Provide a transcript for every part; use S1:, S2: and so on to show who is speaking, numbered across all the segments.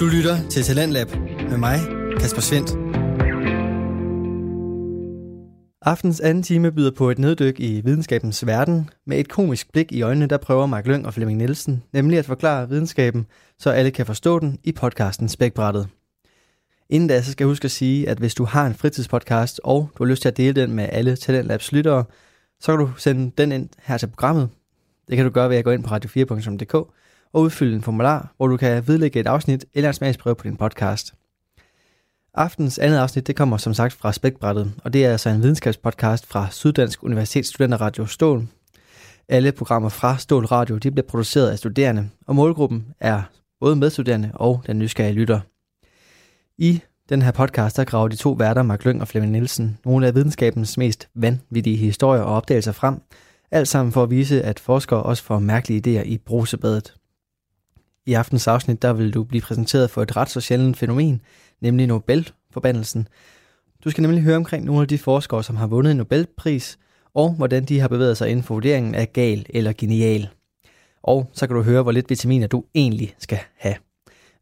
S1: Du lytter til Talentlab med mig, Kasper Svendt. Aftens anden time byder på et neddyk i videnskabens verden med et komisk blik i øjnene, der prøver Mark Lyng og Flemming Nielsen nemlig at forklare videnskaben, så alle kan forstå den i podcasten Spækbrættet. Inden da, så skal jeg huske at sige, at hvis du har en fritidspodcast, og du har lyst til at dele den med alle Talentlabs lyttere, så kan du sende den ind her til programmet. Det kan du gøre ved at gå ind på radio4.dk og udfylde en formular, hvor du kan vedlægge et afsnit eller en smagsprøve på din podcast. Aftens andet afsnit det kommer som sagt fra Spækbrættet, og det er altså en videnskabspodcast fra Syddansk Universitets Studenterradio Stål. Alle programmer fra Stål Radio de bliver produceret af studerende, og målgruppen er både medstuderende og den nysgerrige lytter. I den her podcast, der graver de to værter, Mark Lyng og Flemming Nielsen, nogle af videnskabens mest vanvittige historier og opdagelser frem, alt sammen for at vise, at forskere også får mærkelige idéer i brusebadet. I aftens afsnit, der vil du blive præsenteret for et ret så sjældent fænomen, nemlig Nobelforbandelsen. Du skal nemlig høre omkring nogle af de forskere, som har vundet en Nobelpris, og hvordan de har bevæget sig inden for vurderingen af gal eller genial. Og så kan du høre, hvor lidt vitaminer du egentlig skal have.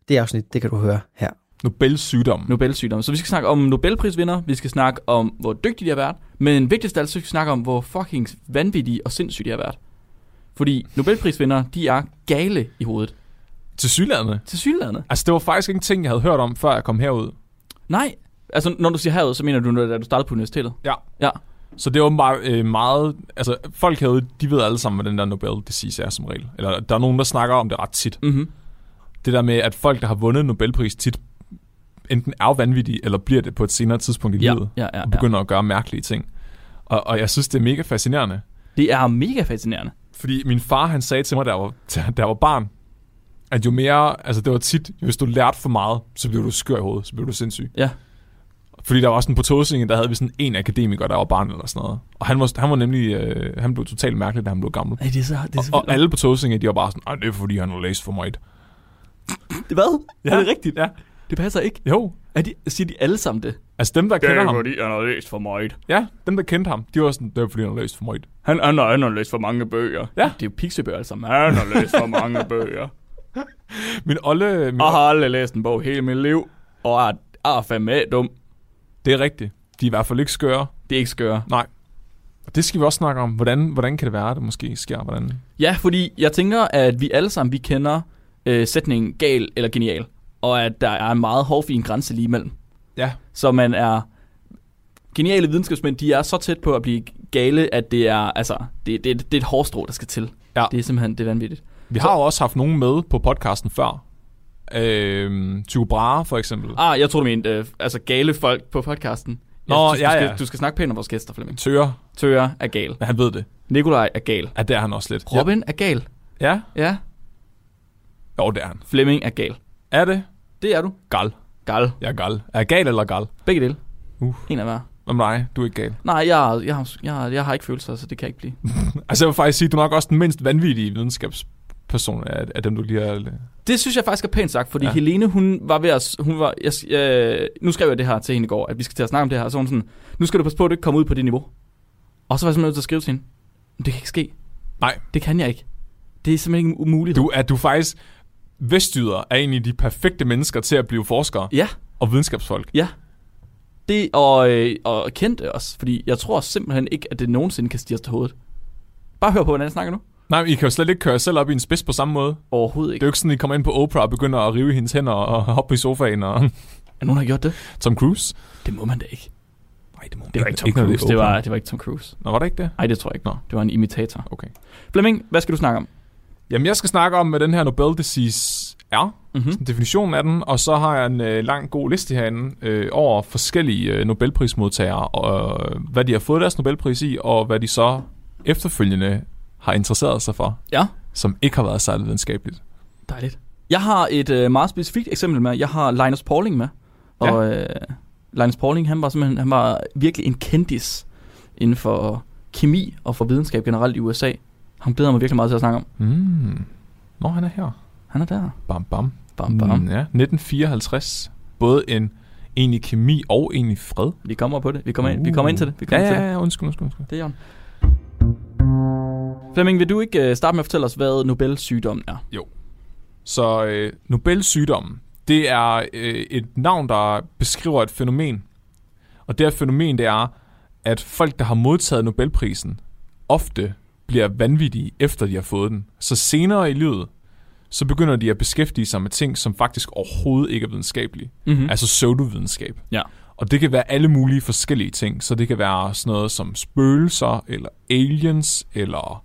S1: Det afsnit, det kan du høre her.
S2: Nobels sygdom.
S3: Nobelsygdom. Så vi skal snakke om Nobelprisvinder, vi skal snakke om, hvor dygtige de har været, men vigtigst af alt, så skal vi snakke om, hvor fucking vanvittige og sindssyge de har været. Fordi Nobelprisvinder, de er gale i hovedet.
S2: Til syglandet.
S3: Til synlædende.
S2: Altså, det var faktisk ikke en ting, jeg havde hørt om, før jeg kom herud.
S3: Nej. Altså, når du siger herud, så mener du, når- da du startede på universitetet.
S2: Ja.
S3: Ja.
S2: Så det var meget, øh, meget... Altså, folk herude, de ved alle sammen, hvad den der Nobel disease er som regel. Eller der er nogen, der snakker om det ret tit.
S3: Mm-hmm.
S2: Det der med, at folk, der har vundet en Nobelpris tit, enten er jo vanvittige, eller bliver det på et senere tidspunkt i
S3: Ja,
S2: livet.
S3: ja, ja,
S2: Og
S3: ja.
S2: begynder at gøre mærkelige ting. Og, og jeg synes, det er mega fascinerende.
S3: Det er mega fascinerende.
S2: Fordi min far, han sagde til mig, da jeg var, da jeg var barn, at jo mere, altså det var tit, hvis du lærte for meget, så blev du skør i hovedet, så blev du sindssyg.
S3: Ja.
S2: Fordi der var sådan på Tåsinge, der havde vi sådan en akademiker, der var barn eller sådan noget. Og han var, han var nemlig, øh, han blev totalt mærkelig, da han blev gammel.
S3: Ej, det er så, det er
S2: Og,
S3: så
S2: og alle på Tåsinge, de var bare sådan, nej, det er fordi, han har læst for meget.
S3: Det, hvad?
S2: Ja. Er det rigtigt? Ja.
S3: Det passer ikke.
S2: Jo.
S3: Er de, siger de alle sammen det?
S2: Altså dem, der kender ham,
S3: han har læst for meget.
S2: ja, dem, der kendte ham, de var sådan, det er fordi, han har læst for meget.
S3: Han, han, han har læst for mange bøger. Ja. Det er jo piksebøger altså. Han har læst for mange bøger.
S2: Min olle, min,
S3: Jeg har aldrig læst en bog hele mit liv, og er, er fandme dum.
S2: det er rigtigt. De er i hvert fald ikke skøre.
S3: Det er ikke skøre.
S2: Nej. Og det skal vi også snakke om. Hvordan, hvordan kan det være, at det måske sker? Hvordan,
S3: Ja, fordi jeg tænker, at vi alle sammen, vi kender øh, sætningen gal eller genial. Og at der er en meget hårfin grænse lige imellem.
S2: Ja,
S3: Så man er... Geniale videnskabsmænd, de er så tæt på at blive gale, at det er, altså, det, det, det er et hårstrå, der skal til.
S2: Ja.
S3: Det er simpelthen det er vanvittigt.
S2: vi har jo også haft nogen med på podcasten før. Øhm, Tycho Brahe for eksempel. Ah.
S3: Ah, jeg tror du mente, øh, altså gale folk på podcasten. Jeg
S2: Nå,
S3: synes, du,
S2: ja, ja.
S3: Skal, du skal snakke pænt om vores gæster, Flemming.
S2: Tøger,
S3: Tøger er gal.
S2: ja, han ved det.
S3: Nikolaj er gal.
S2: Ja, det er han også lidt.
S3: Robin er gal.
S2: Ja. ja.
S3: Ja.
S2: Jo, det er han.
S3: Flemming er gal.
S2: Er det?
S3: Det er du.
S2: Gal.
S3: Gal.
S2: Jeg er gal. Er jeg gal eller gal?
S3: Begge dele.
S2: Uh.
S3: En af hver.
S2: Om nej, du er ikke gal.
S3: Nej, jeg, jeg, har- jeg, har- jeg har ikke følelser, så det kan jeg ikke blive.
S2: Altså jeg vil faktisk sige, du er nok også den mindst vanvittige videnskabsperson af, af dem, du lige har...
S3: Det synes jeg faktisk er pænt sagt, fordi
S2: Ja.
S3: ja. Helene, hun var ved at... Hun var, jeg, øh, nu skrev jeg det her til hende i går, at vi skal til at snakke om det her. Og så var hun sådan, nu skal du passe på, at du ikke kommer ud på det niveau. Og så var jeg simpelthen nødt til at skrive til hende, "Men det kan ikke ske.
S2: Nej.
S3: Det kan jeg ikke. Det er simpelthen ikke en umulighed.
S2: Du er du er faktisk... Vestjyder er egentlig de perfekte mennesker til at blive forskere
S3: Ja,
S2: og videnskabsfolk.
S3: det og, øh, og kendte os, fordi jeg tror simpelthen ikke, at det nogensinde kan stige os til hovedet. Bare hør på, hvordan jeg snakker nu.
S2: Nej, men I kan jo slet ikke køre jer selv op i en spids på samme måde.
S3: Overhovedet
S2: Det er
S3: ikke.
S2: jo ikke sådan, at I kommer ind på Oprah og begynder at rive i hendes hænder og hoppe i sofaen og
S3: Er nogen, der har gjort det?
S2: Tom Cruise.
S3: Det må man da ikke.
S2: Nej, det må
S3: Det var ikke Tom Cruise. Det var, det var ikke Tom Cruise.
S2: Nå, var det ikke det?
S3: Nej, det tror jeg ikke.
S2: Nå.
S3: Det var en imitator.
S2: Okay.
S3: Flemming, hvad skal du snakke om?
S2: Jamen, jeg skal snakke om, hvad den her Nobel disease er.
S3: Mhm.
S2: Sådan definitionen af den. Og så har jeg en øh, lang god liste herinde øh, over forskellige øh, Nobelprismodtagere, og øh, hvad de har fået deres Nobelpris i, og hvad de så efterfølgende har interesseret sig for,
S3: Ja,
S2: som ikke har været særlig videnskabeligt.
S3: dejligt. Jeg har et øh, meget specifikt eksempel med. Jeg har Linus Pauling med. Og øh, Linus Pauling, han var simpelthen han var virkelig en kendis inden for kemi og for videnskab generelt i USA. Han glæder jeg mig virkelig meget til at snakke om.
S2: Mm. Nå, han er her.
S3: Han er der.
S2: Bam, bam.
S3: Bam, bam.
S2: Mm, ja. 1954. Både en egentlig kemi og egentlig fred. Uh.
S3: Vi kommer på det. Vi kommer, ind, vi kommer ind til det. Vi
S2: Ja,
S3: kommer ind til
S2: ja, ja, undskyld, undskyld, undskyld.
S3: det. Det er Jørgen. Flemming, vil du ikke øh, starte med at fortælle os, hvad Nobels sygdommen er?
S2: Så øh, Nobelsygdommen, det er øh, et navn, der beskriver et fænomen. Og det her fænomen, det er, at folk, der har modtaget Nobelprisen, ofte bliver vanvittige, efter de har fået den. Så senere i livet, så begynder de at beskæftige sig med ting, som faktisk overhovedet ikke er videnskabelige.
S3: Mm-hmm.
S2: Mm. Altså pseudovidenskab.
S3: Ja.
S2: Og det kan være alle mulige forskellige ting. Så det kan være sådan noget som spøgelser, eller aliens, eller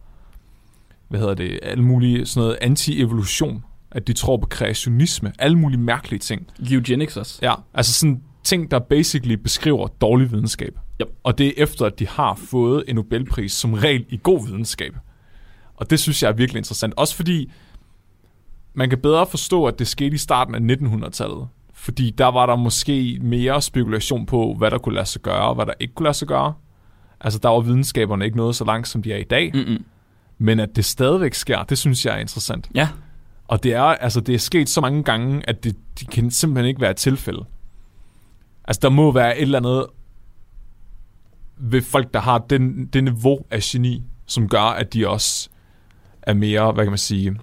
S2: hvad hedder det, alle mulige sådan noget anti-evolution. At de tror på kreationisme. Alle mulige mærkelige ting.
S3: Eugenics også.
S2: Ja, altså sådan ting, der basically beskriver dårlig videnskab.
S3: Yep.
S2: Og det er efter, at de har fået en Nobelpris som regel i god videnskab. Og det synes jeg er virkelig interessant. Også fordi man kan bedre forstå, at det skete i starten af 1900-tallet. Fordi der var der måske mere spekulation på, hvad der kunne lade sig gøre og hvad der ikke kunne lade sig gøre. Altså der var videnskaberne ikke nået så langt, som de er i dag. Mm.
S3: Mm-hmm.
S2: Men at det stadigvæk sker, det synes jeg er interessant.
S3: Ja.
S2: Og det er, altså, det er sket så mange gange, at det, det kan simpelthen ikke være et tilfælde. Altså, der må være et eller andet ved folk, der har den, det niveau af geni, som gør, at de også er mere, hvad kan man sige,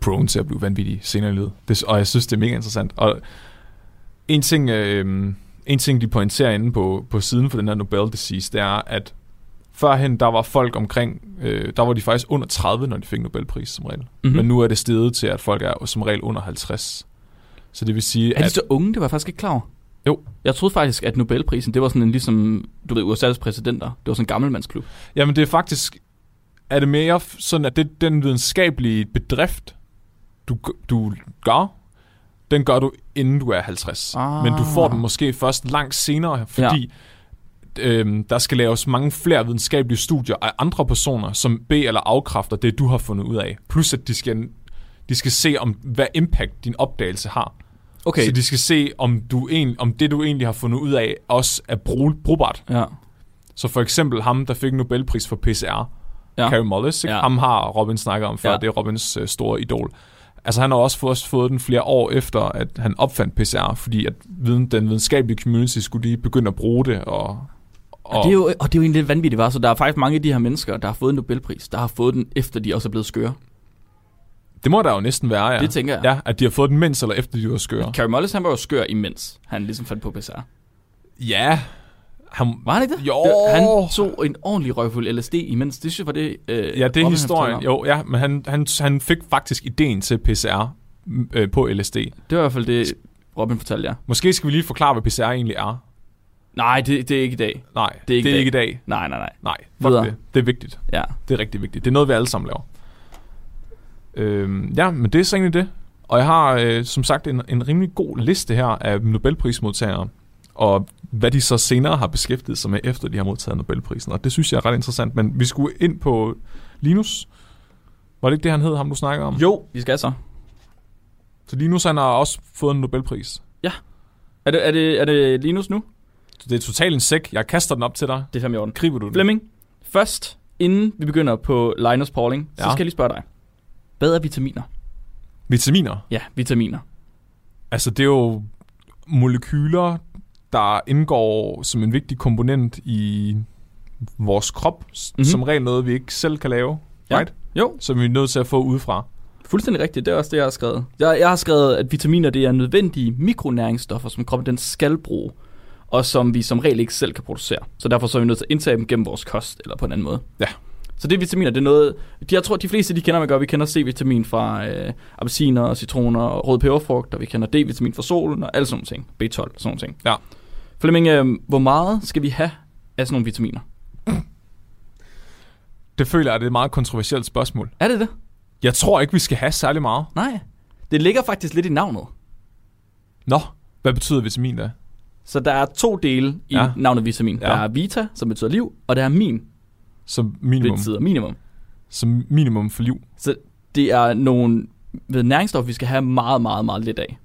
S2: prone til at blive vanvittige senere i livet. Det, og jeg synes, det er mega interessant. Og en ting, øh, en ting de pointerer inde på, på siden for den her Nobel Disease, det er, at førhen, der var folk omkring, øh, der var de faktisk under 30, når de fik Nobelpris som regel.
S3: Mm-hmm.
S2: Mm. Men nu er det steget til, at folk er som regel under 50. Så det vil sige,
S3: Er de
S2: at...
S3: så unge? Det var jeg faktisk ikke klar over.
S2: Jo.
S3: Jeg troede faktisk, at Nobelprisen, det var sådan en ligesom, du ved, USA's præsidenter. Det var sådan en gammelmandsklub.
S2: Jamen, det er faktisk... Er det mere f- sådan, at det, den videnskabelige bedrift, du, g- du gør, den gør du, inden du er 50.
S3: Ah.
S2: Men du får den måske først langt senere, fordi ja. øhm, der skal laves mange flere videnskabelige studier af andre personer, som beder eller afkræfter det, du har fundet ud af. Plus, at de skal, de skal se, om hvad impact din opdagelse har. Okay. Så de skal se, om, du en, om det, du egentlig har fundet ud af, også er brug, brugbart.
S3: Ja.
S2: Så for eksempel ham, der fik Nobelpris for PCR,
S3: Ja.
S2: ja. Carey Mullis, ja.
S3: Ja.
S2: ham har Robin snakket om før,
S3: Ja.
S2: ja. det er Robins øh, store idol. Altså han har også fået, fået den flere år efter, at han opfandt PCR, fordi at viden, den videnskabelige community skulle lige begynde at bruge det. Og,
S3: Og, det er jo, og det er jo egentlig lidt vanvittigt, var. Så der er faktisk mange af de her mennesker, der har fået en Nobelpris, der har fået den, efter de også er blevet skøre.
S2: det må der jo næsten være, ja.
S3: Det tænker jeg.
S2: Ja, at de har fået den mens eller efter, de var skøre.
S3: Carey Mullis, han var jo skør imens. Han ligesom fandt på PCR.
S2: Ja. Han,
S3: Var han ikke det?
S2: Jo.
S3: Det- Han tog en ordentlig røgfuld LSD imens. Det synes jeg var det... Øh,
S2: Ja, det er
S3: Robin
S2: historien.
S3: fortalte
S2: Jo, ja, men han, han, han fik faktisk ideen til PCR øh, på LSD.
S3: om. Det var i hvert fald det, Robin fortalte jer.
S2: Måske skal vi lige forklare, hvad PCR egentlig er.
S3: Nej, det, det er ikke i dag.
S2: Nej, det er ikke, det er ikke i dag.
S3: Nej, nej, nej.
S2: Nej, fuck
S3: Videre.
S2: det. Det er vigtigt.
S3: Ja.
S2: Det er rigtig vigtigt. Det er noget, vi alle sammen laver. Øhm, ja, men det er så egentlig det. Og jeg har øh, som sagt en, en rimelig god liste her af Nobelprismodtagere, og hvad de så senere har beskæftiget sig med, efter de har modtaget Nobelprisen. Og det synes jeg er ret interessant. Men vi skulle ind på Linus. Var det ikke det, han hed, ham du snakker om?
S3: Jo. Vi skal så.
S2: Så Linus, han har også fået en Nobelpris.
S3: Er det, er det, er det Linus nu?
S2: Så det er totalt en sæk. Jeg kaster den op til dig.
S3: Det er fandme i orden.
S2: Griber du den?
S3: Flemming, først, inden vi begynder på Linus Pauling, ja. så
S2: Ja.
S3: skal jeg lige spørge dig. Hvad er vitaminer?
S2: Vitaminer.
S3: Ja, vitaminer.
S2: Altså, det er jo molekyler, der indgår som en vigtig komponent i vores krop.
S3: Mhm.
S2: Mm-hmm. Som regel noget, vi ikke selv kan lave,
S3: Ja.
S2: right?
S3: Jo,
S2: Som vi er nødt til at få udefra.
S3: fuldstændig rigtigt. Det er også det, jeg har skrevet. Jeg, jeg har skrevet, at vitaminer det er nødvendige mikronæringsstoffer, som kroppen den skal bruge, og som vi som regel ikke selv kan producere. Så derfor så er vi nødt til at indtage dem gennem vores kost, eller på en anden måde.
S2: Ja.
S3: Så det er vitaminer, det er noget... De, jeg tror, de fleste, de kender man godt. Vi kender C-vitamin fra øh, appelsiner, og citroner og rød peberfrugt, og vi kender D-vitamin fra solen og alle sådan nogle ting. B12 og sådan nogle ting.
S2: Ja.
S3: Flemming, øh, hvor meget skal vi have af sådan nogle vitaminer?
S2: Det føler jeg, det er et meget kontroversielt spørgsmål.
S3: Er det det?
S2: Jeg tror ikke, vi skal have særlig meget.
S3: Nej. Det ligger faktisk lidt i navnet.
S2: Nå, hvad betyder vitamin da?
S3: Så der er to dele i ja.
S2: Ja.
S3: navnet vitamin. Ja. Der
S2: Ja.
S3: er vita, som betyder liv, og der er min,
S2: Som
S3: det
S2: minimum,
S3: betyder minimum.
S2: som minimum for liv.
S3: Så det er nogle ved næringsstoffer, vi skal have meget, meget, meget lidt af.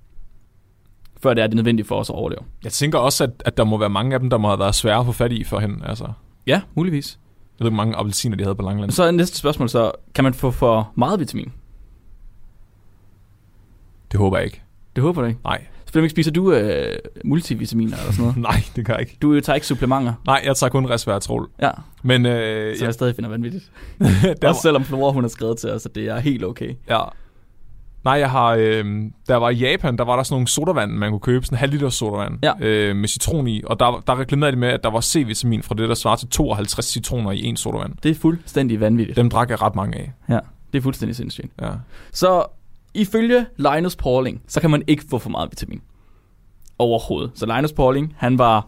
S3: Før det er det nødvendigt for os at overleve.
S2: Jeg tænker også, at, at der må være mange af dem, der må have været svære at få fat i førhen. Altså, jeg
S3: Ja, muligvis.
S2: ved ikke, hvor mange appelsiner de havde på Langland.
S3: Så er næste spørgsmål så, kan man få for meget vitamin?
S2: Det håber jeg ikke.
S3: Det håber jeg ikke.
S2: Nej,
S3: Flemming, spiser du øh, multivitaminer eller sådan noget?
S2: nej, det gør jeg ikke.
S3: Du tager ikke supplementer.
S2: Nej, jeg tager kun resveratrol.
S3: Ja,
S2: Men øh,
S3: så
S2: ja,
S3: jeg stadig finder vanvittigt.
S2: der,
S3: Også selvom Flora, hun har skrevet til os, at det er helt okay.
S2: Ja. Nej, jeg har... Øh, der var i Japan, der var der sådan nogle sodavand, man kunne købe. Sådan en halv liter sodavand
S3: Ja.
S2: øh, med citron i. Og der, der reklamerede de med, at der var C-vitamin fra det, der svarer til 52 citroner i en sodavand.
S3: Det er fuldstændig vanvittigt.
S2: Dem drak jeg ret mange af.
S3: Det er fuldstændig sindssygt.
S2: Ja.
S3: Så ifølge Linus Pauling, så kan man ikke få for meget vitamin. Overhovedet. Så Linus Pauling, han var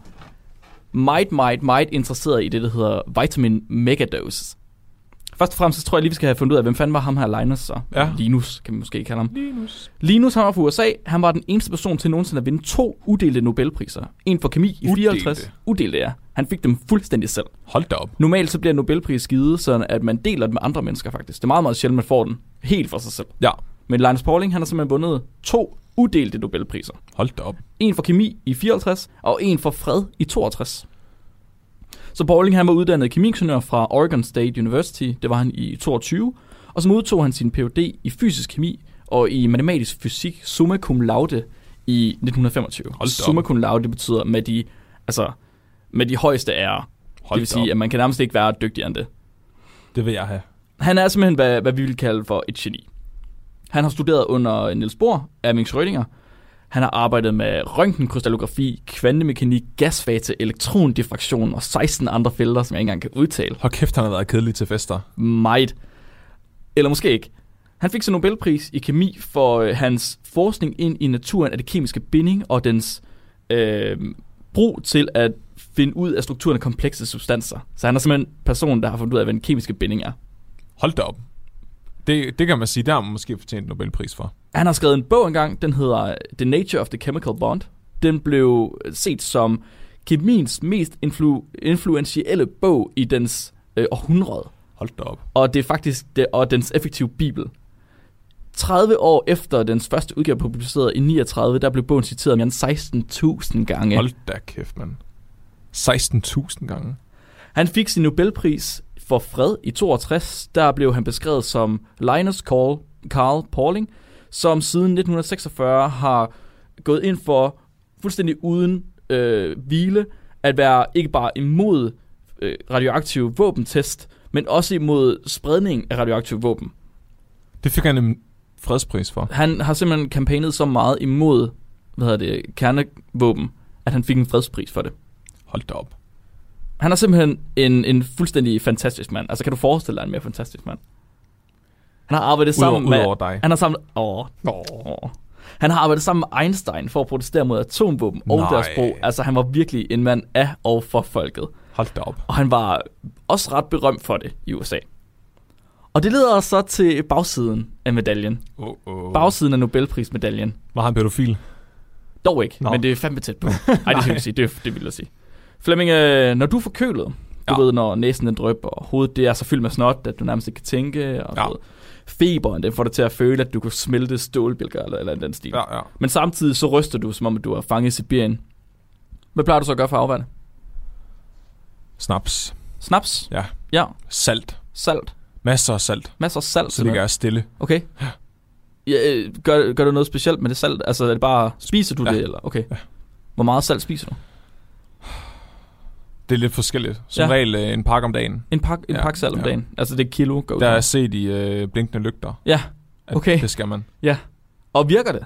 S3: meget, meget, meget interesseret i det, der hedder vitamin megadose. Først og fremmest så tror jeg lige, vi skal have fundet ud af, hvem fanden var ham her Linus så?
S2: Ja.
S3: Linus, kan vi måske kalde ham.
S2: Linus.
S3: Linus, han var fra USA. Han var den eneste person til nogensinde at vinde to uddelte Nobelpriser. En for kemi i
S2: Uddelte?
S3: 54. Uddelte, ja. Han fik dem fuldstændig selv.
S2: Hold da op.
S3: Normalt så bliver en Nobelpris givet, sådan at man deler den med andre mennesker faktisk. Det er meget, meget sjældent, man får den helt for sig selv.
S2: Ja.
S3: Men Linus Pauling, han har simpelthen vundet to uddelte Nobelpriser.
S2: Hold da op.
S3: En for kemi i 54, og en for fred i 62. Så Pauling, han var uddannet kemiingeniør fra Oregon State University, det var han i 22, og så modtog han sin Ph.D. i fysisk kemi og i matematisk fysik summa cum laude i 1925.
S2: Hold da op.
S3: summa cum laude det betyder med de, altså, med de højeste ærer.
S2: Hold
S3: Det vil
S2: da sige, op.
S3: sige, at man kan nærmest ikke være dygtigere end det.
S2: Det vil jeg have.
S3: Han er simpelthen, hvad, hvad vi vil kalde for et geni. Han har studeret under Niels Bohr, Erving Schrödinger. Han har arbejdet med røntgenkrystallografi, kvantemekanik, gasfase, elektrondifraktion og 16 andre felter, som jeg ikke engang kan udtale.
S2: Hold kæft, han har været kedelig til fester.
S3: Meget. Eller måske ikke. Han fik så Nobelpris i kemi for øh, hans forskning ind i naturen af det kemiske binding og dens øh, brug til at finde ud af strukturen af komplekse substanser. Så han er simpelthen en person, der har fundet ud af, hvad den kemiske binding er.
S2: Hold da op. Det, det kan man sige, der har man måske fortjent en Nobelpris for.
S3: Han har skrevet en bog engang, den hedder The Nature of the Chemical Bond. Den blev set som kemiens mest influ- influentielle bog i dens øh, århundrede.
S2: Hold da op.
S3: Og det er faktisk det, og dens effektive bibel. 30 år efter dens første udgave blev publiceret i 39, der blev bogen citeret mere end 16.000 gange.
S2: Hold da kæft, mand. 16.000 gange.
S3: Han fik sin Nobelpris for fred i 62. Der blev han beskrevet som Linus Carl, Carl Pauling, som siden 1946 har gået ind for fuldstændig uden øh, hvile at være ikke bare imod øh, radioaktive våbentest, men også imod spredning af radioaktive våben.
S2: Det fik han en fredspris for.
S3: Han har simpelthen kampagnet så meget imod hvad hedder det, kernevåben, at han fik en fredspris for det.
S2: Hold da op.
S3: Han er simpelthen en, en fuldstændig fantastisk mand. Altså, kan du forestille dig en mere fantastisk mand? Han har arbejdet sammen
S2: Udover,
S3: med...
S2: udover dig.
S3: Han har sammen... Åh, åh. Han har arbejdet sammen med Einstein for at protestere mod atomvåben og
S2: Nej.
S3: deres brug. Altså, han var virkelig en mand af og for folket.
S2: Hold da op.
S3: Og han var også ret berømt for det i USA. Og det leder os så til bagsiden af medaljen.
S2: Oh, oh.
S3: Bagsiden af Nobelprismedaljen.
S2: Var han pædofil?
S3: Dog ikke,
S2: Nå.
S3: men det er fandme tæt på. Nej, det skal vi sige. Det, er- det vil jeg sige. Flemming, øh, når du er forkølet, du
S2: Ja.
S3: ja. ved, når næsen den drøber, og hovedet det er så fyldt med snot, at du nærmest ikke kan tænke, og
S2: Ja.
S3: ja. feberen den får dig til at føle, at du kunne smelte stålbælger eller, eller den stil. Ja.
S2: Ja, ja.
S3: Men samtidig så ryster du, som om at du er fanget i Sibirien. Hvad plejer du så at gøre for at afværge det?
S2: Snaps.
S3: Snaps?
S2: Ja.
S3: Ja.
S2: Salt.
S3: Salt?
S2: Masser af salt.
S3: Masser af salt?
S2: Så ligger
S3: simpelthen.
S2: jeg stille.
S3: Okay. Ja, øh, gør, gør du noget specielt med det salt? Altså er det bare, spiser du
S2: Ja.
S3: ja. det, eller? Okay. Ja. Hvor meget salt spiser du?
S2: Det er lidt forskelligt. Som ja.
S3: Ja.
S2: regel øh, en pakke om dagen.
S3: En pakke en
S2: Ja,
S3: ja, pakke salt om
S2: ja.
S3: dagen. Altså det er kilo, går ud
S2: Der er
S3: fra.
S2: set i øh, blinkende lygter.
S3: Ja,
S2: at
S3: okay.
S2: Det skal man.
S3: Og virker det?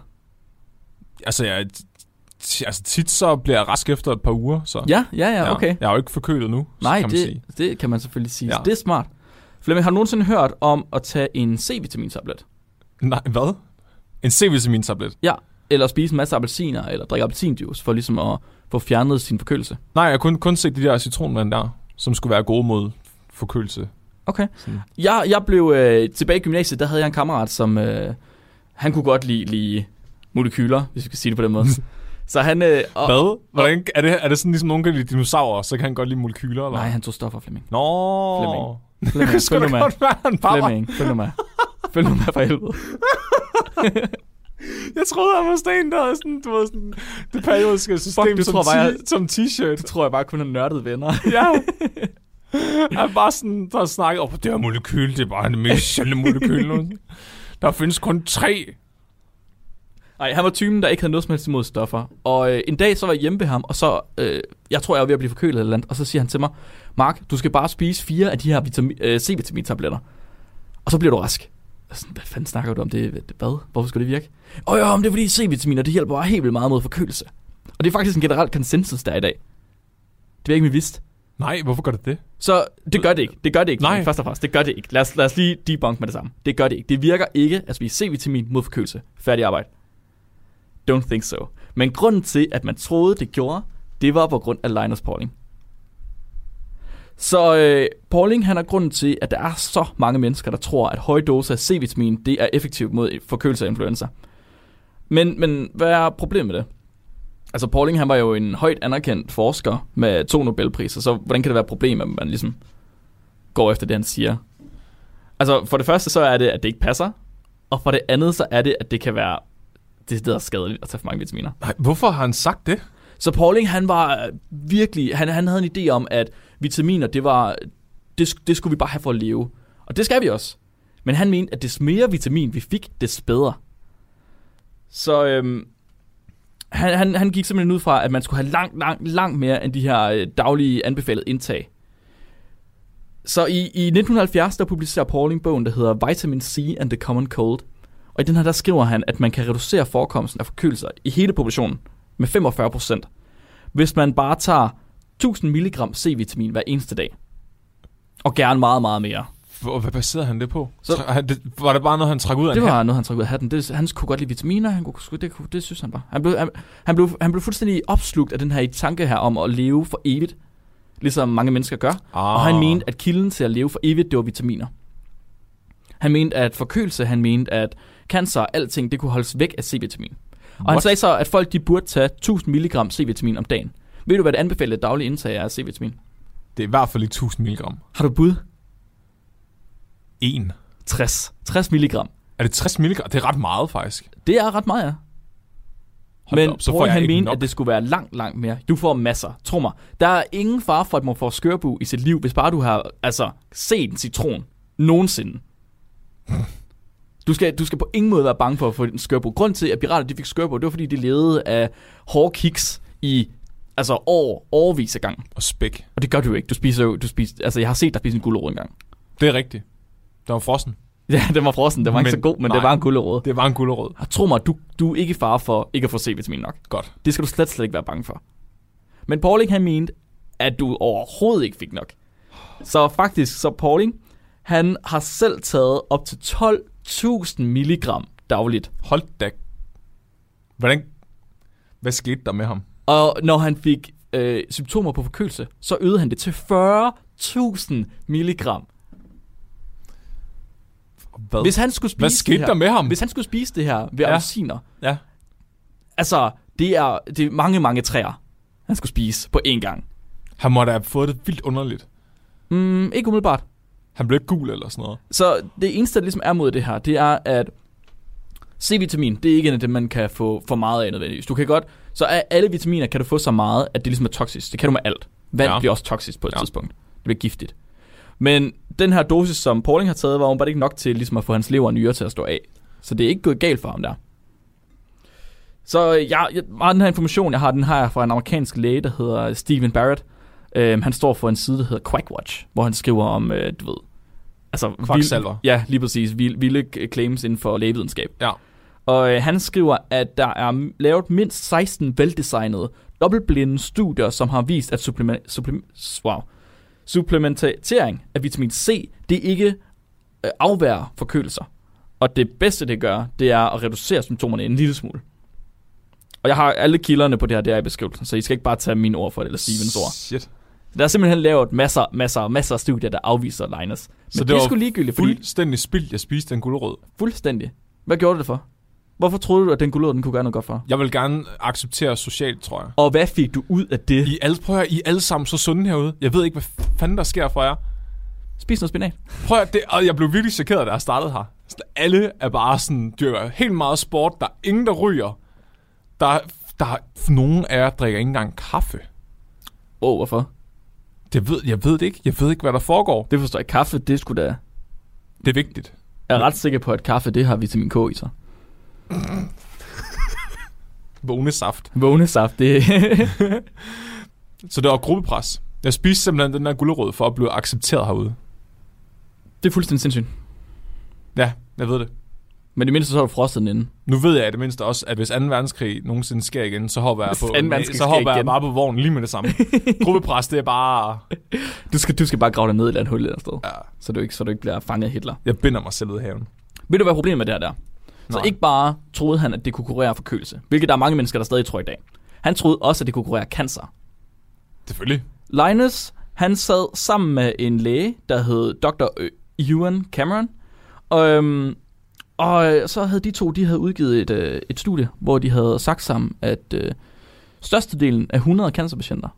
S2: Altså, jeg, t- altså, tit så bliver jeg rask efter et par uger. Så.
S3: Ja, ja, ja, okay.
S2: Jeg er jo ikke forkølet nu,
S3: Nej,
S2: så kan man
S3: det,
S2: sige.
S3: det kan man selvfølgelig sige.
S2: Ja.
S3: Ja. Det er smart. Flemming, har du nogensinde hørt om at tage en C-vitamintablet?
S2: Nej, hvad? En C-vitamin-tablet?
S3: Eller spise en masse appelsiner, eller drikke appelsinjuice, for ligesom at få fjernet sin forkølelse?
S2: Nej, jeg har kun, kun set de der citronvand der, som skulle være gode mod forkølelse.
S3: Okay.
S2: Sådan.
S3: Jeg, jeg blev øh, tilbage i gymnasiet, der havde jeg en kammerat, som øh, han kunne godt lide, lide molekyler, hvis vi kan sige det på den måde. Så han... Øh, og,
S2: Hvad? Hvordan, er, det, er det sådan ligesom nogen kan lide dinosaurer, så kan han godt lide molekyler? Eller?
S3: Nej, han tog stoffer, Flemming.
S2: Nå.
S3: Flemming.
S2: Det
S3: Flemming,
S2: kan sgu
S3: følg
S2: da
S3: nu med.
S2: godt være, han bare var,
S3: Flemming, følg nu med. Følg nu med for helvede.
S2: Jeg troede, han var sådan en, der havde sådan, du ved, sådan det periodiske system
S3: du
S2: som,
S3: tror bare, jeg-
S2: ti- som t-shirt.
S3: Det tror jeg bare kun er nørdede venner.
S2: ja. Han bare sådan, der snakker op, det her molekyl, det er bare en mest sjældne molekyl. nu." der findes kun tre.
S3: Nej, han var typen, der ikke havde noget som helst imod stoffer. Og øh, en dag, så var jeg hjemme ved ham, og så, øh, jeg tror, jeg var ved at blive forkølet eller andet, og så siger han til mig, Mark, du skal bare spise fire af de her vitami- øh, C-vitamin-tabletter, og så bliver du rask. Og Sådan, hvad fanden snakker du om det? det- Hvad? Hvorfor skulle det virke? Åh ja, men det er fordi C-vitaminer, det hjælper bare helt vildt meget mod forkølelse. Og det er faktisk en generel konsensus, der er i dag. Det er ikke, vi vidste.
S2: Nej, hvorfor gør det det?
S3: Så det gør det ikke. Det gør det ikke.
S2: Nej.
S3: Først og fremmest, det gør det ikke. Lad os, lad os lige debunk med det samme. Det gør det ikke. Det virker ikke at spise C-vitamin mod forkølelse. Færdig arbejde. Don't think so. Men grunden til, at man troede, det gjorde, det var på grund af Linus Pauling. Så øh, Pauling, han er grunden til, at der er så mange mennesker, der tror, at høje doser af C-vitamin, det er effektivt mod forkølelse og influenza. Men, men hvad er problemet med det? Altså Pauling, han var jo en højt anerkendt forsker med to Nobelpriser, så hvordan kan det være et problem, at man ligesom går efter det, han siger? Altså for det første så er det, at det ikke passer, og for det andet så er det, at det kan være det er skadeligt at tage for mange vitaminer.
S2: Nej, hvorfor har han sagt det?
S3: Så Pauling, han var øh, virkelig, han, han havde en idé om, at vitaminer, det var, det, sk- det skulle vi bare have for at leve. Og det skal vi også. Men han mente, at des mere vitamin vi fik, des bedre. Så øhm, han, han, han gik simpelthen ud fra, at man skulle have langt, langt, langt mere end de her øh, daglige anbefalede indtag. Så i, i 1970, der publicerer Pauling bogen, der hedder Vitamin C and the Common Cold. Og i den her, der skriver han, at man kan reducere forekomsten af forkølelser i hele populationen med 45 procent, hvis man bare tager 1000 mg C-vitamin hver eneste dag. Og gerne meget, meget mere.
S2: Og hvad baserede han det på?
S3: Så-
S2: Så, han, det, var det bare noget, han trak ud af
S3: Det
S2: en hat?
S3: var noget, han trak ud af hatten. Det, han kunne godt lide vitaminer, han kunne, sgu- det, kunne, det synes han bare. Han blev, han, han, blev, han blev fuldstændig opslugt af den her tanke her om at leve for evigt, ligesom mange mennesker gør.
S2: Ah.
S3: Og han mente, at kilden til at leve for evigt, det var vitaminer. Han mente, at forkølelse, han mente, at cancer og alting, det kunne holdes væk af C-vitamin. Og han
S2: What?
S3: sagde så, at folk de burde tage 1000 mg C-vitamin om dagen. Ved du, hvad det anbefalede daglige indtag er af C-vitamin?
S2: Det er i hvert fald ikke 1000 milligram.
S3: Har du et bud?
S2: En.
S3: 60. 60 mg.
S2: Er det 60 milligram? Det er ret meget, faktisk.
S3: Det er ret meget, ja.
S2: Hold da
S3: Men
S2: op, så får
S3: Paul,
S2: jeg
S3: han
S2: ikke
S3: mente,
S2: nok.
S3: at det skulle være langt, langt mere. Du får masser, tro mig. Der er ingen far for, at man får skørbu i sit liv, hvis bare du har altså, set en citron nogensinde. Du skal, du skal på ingen måde være bange for at få en skørbo. Grund til, at pirater de fik skørbo, det var fordi, de levede af hårde kiks i altså år, årvis af gang.
S2: Og spæk.
S3: Og det gør du jo ikke. Du spiser jo, du spiser, altså jeg har set dig spise en gulerod engang.
S2: Det er rigtigt. Der var frossen.
S3: Ja, den var frossen, den var men, ikke så
S2: Men-
S3: god, men nej. det
S2: nej.
S3: var en gulerod.
S2: Det var en gulerod.
S3: Og Ah, tro mig, du, du er ikke i fare for ikke at få C-vitamin nok.
S2: Godt.
S3: Det skal du slet, slet ikke være bange for. Men Pauling han mente, at du overhovedet ikke fik nok. Så faktisk, så Pauling, han har selv taget op til 12.000 milligram dagligt.
S2: Hold da. Hvordan... Hvad skete der med ham?
S3: Og når han fik øh, symptomer på forkølelse, så øgede han det til 40.000 milligram.
S2: Hvad,
S3: Hvis han skulle spise
S2: hvad
S3: det
S2: skete
S3: her,
S2: der med ham?
S3: Hvis han skulle spise det her ved
S2: Ja.
S3: ja. appelsiner,
S2: Ja.
S3: altså, det er, det er mange, mange træer, han skulle spise på én gang.
S2: Han måtte have fået det vildt underligt.
S3: Mm, ikke umiddelbart.
S2: Han blev ikke gul eller sådan noget.
S3: Så det eneste, der ligesom er mod det her, det er, at C-vitamin, det er ikke en af dem, man kan få for meget af nødvendigvis. Du kan godt, så af alle vitaminer kan du få så meget, at det ligesom er toksisk. Det kan du med alt. Vand
S2: Ja.
S3: ja. bliver også toksisk på et
S2: Ja.
S3: ja. tidspunkt. Det bliver giftigt. Men den her dosis, som Pauling har taget, var åbenbart ikke nok til ligesom at få hans lever og nyrer til at stå af. Så det er ikke gået galt for ham der. Så jeg, jeg, meget af den her information, jeg har, den har jeg fra en amerikansk læge, der hedder Stephen Barrett. Øhm, han står for en side, der hedder Quackwatch, hvor han skriver om, øh, du ved... Altså,
S2: Kvaksalver.
S3: Ja, lige præcis. Vild- Vilde claims inden for lægevidenskab.
S2: Ja.
S3: Og øh, han skriver, at der er m- lavet mindst 16 veldesignede, dobbeltblinde studier, som har vist, at supplement, supplement, wow, supplementering af vitamin C, det ikke øh, afværger forkølelser. Og det bedste, det gør, det er at reducere symptomerne en lille smule. Og jeg har alle kilderne på det her, der i beskrivelsen, så I skal ikke bare tage mine ord for det, eller Stevens ord.
S2: Shit.
S3: Der er simpelthen lavet masser, masser, masser af studier, der afviser Linus. Men
S2: Så
S3: så
S2: det
S3: det, det er
S2: var
S3: sgu ligegyldigt, fordi
S2: Fuldstændig spildt, jeg spiste den gulerod.
S3: Fuldstændig. Hvad gjorde du det for? Hvorfor troede du, at den gulerod, den kunne gøre noget godt for?
S2: Jeg vil gerne acceptere socialt, tror jeg.
S3: Og hvad fik du ud af det?
S2: I alle, prøv at høre, I er alle sammen så sunde herude. Jeg ved ikke, hvad fanden der sker for jer.
S3: Spis noget spinat.
S2: Prøv at, det, og jeg blev virkelig chokeret, da jeg startede her. Så alle er bare sådan, dyrker helt meget sport. Der er ingen, der ryger. Der, er- der er nogen af jer, der drikker ikke engang kaffe.
S3: Åh, oh, hvorfor?
S2: Det ved, jeg ved det ikke. Jeg ved ikke, hvad der foregår.
S3: Det forstår jeg. Kaffe, det skulle da...
S2: Det er vigtigt.
S3: Jeg er ret sikker på, at kaffe, det har vitamin K i sig.
S2: Vågnesaft.
S3: Vågnesaft, det...
S2: Så det var gruppepres. Jeg spiste simpelthen den der gulerod for at blive accepteret herude.
S3: det er fuldstændig sindssygt.
S2: Ja, Jeg ved det.
S3: Men i mindste så er du frostet den inde.
S2: Nu ved jeg i det mindste også, at hvis 2. verdenskrig nogensinde sker igen, så hopper jeg,
S3: Hvis
S2: på,
S3: 2. verdenskrig
S2: så
S3: sker
S2: hopper jeg
S3: igen.
S2: bare på vognen lige med det samme. Gruppepres, det er bare...
S3: Du skal, du skal bare grave dig ned i et eller andet hul et eller andet sted,
S2: Ja,
S3: så du ikke, så du ikke bliver fanget af Hitler.
S2: jeg binder mig selv ud i haven.
S3: Ved du, hvad problemet er der der? Så
S2: Nej.
S3: ikke bare troede han, at det kunne kurere forkølelse, hvilket der er mange mennesker, der stadig tror i dag. Han troede også, at det kunne kurere cancer.
S2: Selvfølgelig.
S3: Linus, han sad sammen med en læge, der hed Dr. Ø- Ewan Cameron. Og, øhm, og øh, så havde de to, de havde udgivet et, øh, et studie, hvor de havde sagt sammen, at øh, størstedelen af 100 cancerpatienter,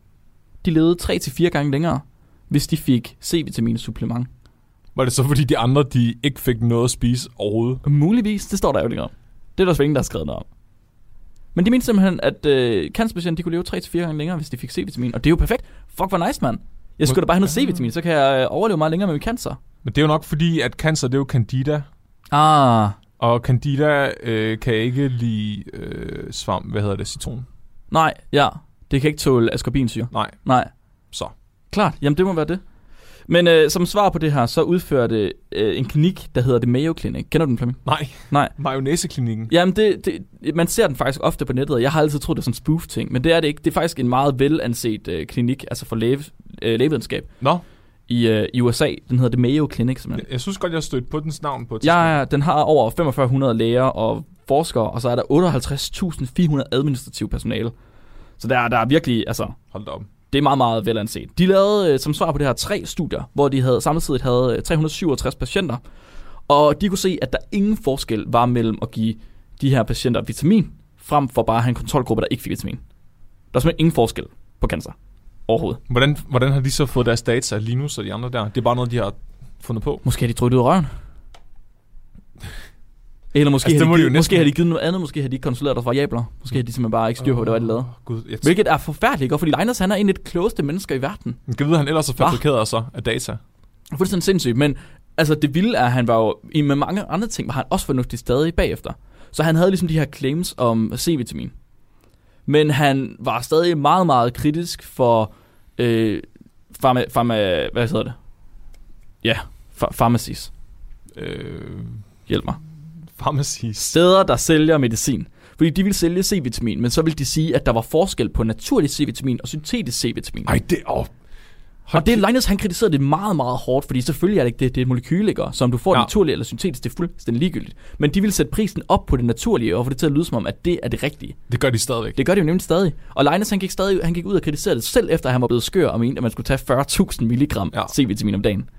S3: de levede 3-4 gange længere, hvis de fik C-vitamin supplement.
S2: Var det så, fordi de andre, de ikke fik noget at spise overhovedet?
S3: Muligvis, det står der jo ikke om. Det er der slet ingen, der har skrevet noget om. Men de mente simpelthen, at øh, cancerpatienter de kunne leve 3-4 gange længere, hvis de fik C-vitamin. Og det er jo perfekt. Fuck, hvor nice, mand. Jeg skulle da bare have noget C-vitamin, så kan jeg øh, overleve meget længere med min cancer.
S2: Men det er jo nok fordi, at cancer, det er jo candida.
S3: Ah,
S2: Og candida øh, kan ikke lide øh, svamp, hvad hedder det, citron.
S3: nej, ja. Det kan ikke tåle ascorbinsyre.
S2: Nej,
S3: Nej.
S2: så.
S3: Klart, jamen det må være det. Men øh, som svar på det her, så udførte øh, en klinik, der hedder The Mayo Clinic. Kender du den, Flemming?
S2: Nej.
S3: Nej.
S2: Mayonnaise-klinikken.
S3: Jamen, det, det, man ser den faktisk ofte på nettet, og jeg har altid troet, det er sådan en spoof-ting, men det er det ikke. Det er faktisk en meget velanset øh, klinik, altså for læge, øh, lægevidenskab
S2: Nå,
S3: i, øh, i USA. Den hedder The Mayo Clinic, simpelthen.
S2: jeg, jeg synes godt, jeg har stødt på dens navn på et tidspunkt.
S3: Ja, ja, den har over 4500 læger og forskere, og så er der 58.400 administrative personale. Så der, er- der er virkelig, altså,
S2: Hold da op.
S3: det er meget, meget velanset. De lavede øh, som svar på det her tre studier, hvor de havde samtidig havde øh, 367 patienter, og de kunne se, at der ingen forskel var mellem at give de her patienter vitamin, frem for bare at have en kontrolgruppe, der ikke fik vitamin. Der er simpelthen ingen forskel på cancer overhovedet.
S2: Hvordan, hvordan har de så fået deres data, Linus og de andre der? Det er bare noget, de har fundet på.
S3: Måske har de trykket ud af røven. Eller måske,
S2: Altså, det
S3: altså,
S2: må
S3: har
S2: de
S3: de
S2: jo
S3: givet,
S2: næsten-
S3: måske har de givet noget andet, måske har de ikke kontrolleret deres variabler. Måske har de simpelthen bare ikke styr på, hvad det var, de lavede.
S2: Åh, Gud, jeg,
S3: Hvilket er forfærdeligt, og fordi Linus han er en af de klogeste mennesker i verden.
S2: kan vide, han ellers har
S3: Hva?
S2: fabrikeret sig af data.
S3: Fuldstændig sindssygt, men altså det vilde er, at han var jo, i- med mange andre ting, var han også fornuftig stadig bagefter. Så han havde ligesom de her claims om C-vitamin. Men han var stadig meget, meget kritisk for øh, farma, farma, hvad hedder det? Ja, fa- pharmacies.
S2: Øh,
S3: Hjælp mig.
S2: pharmacies.
S3: Steder, der sælger medicin. Fordi de ville sælge C-vitamin, men så ville de sige, at der var forskel på naturlig C-vitamin og syntetisk C-vitamin.
S2: Ej, det er... Oh.
S3: Og det Linus, han kritiserede det meget, meget hårdt, fordi selvfølgelig er det ikke det, det er molekyl, ikke? Og Så om du får det
S2: Ja.
S3: naturlige eller syntetisk, det er fuldstændig ligegyldigt. Men de vil sætte prisen op på det naturlige, og få det til at lyde som om, at det er det rigtige.
S2: det gør de stadigvæk.
S3: Det gør de jo nemlig stadig. Og Linus, han gik, stadig, han gik ud og kritiserede det selv, efter han var blevet skør og mente, at man skulle tage 40.000 milligram
S2: Ja.
S3: C-vitamin om dagen.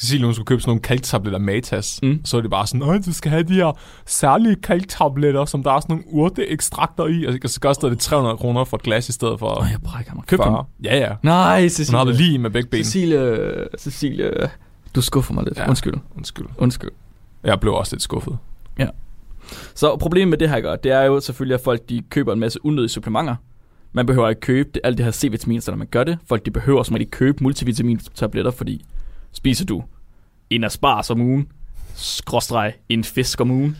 S2: Cecilie, hun skulle købe sådan nogle kalktabletter Matas.
S3: Mm.
S2: Mm. Så er det bare sådan, at du skal have de her særlige kalktabletter, som der er sådan nogle urteekstrakter i. Og så- Og så koster det 300 kroner for et glas i stedet for...
S3: Og jeg brækker mig. Køb dem.
S2: 40. Ja, ja.
S3: Nej,
S2: Hun
S3: Cecilie.
S2: har det lige med begge ben.
S3: Cecilie, Cecilie, du skuffer mig lidt. Ja.
S2: Ja.
S3: Undskyld.
S2: Undskyld.
S3: Undskyld.
S2: Jeg blev også lidt skuffet.
S3: Så problemet med det her, gør, det er jo selvfølgelig, at folk de køber en masse unødige supplementer. Man behøver ikke købe det, alt det her C-vitamin, så når man gør det. Folk de behøver som ikke købe multivitamintabletter, fordi spiser du en aspars om ugen, skråstreg en fisk om ugen,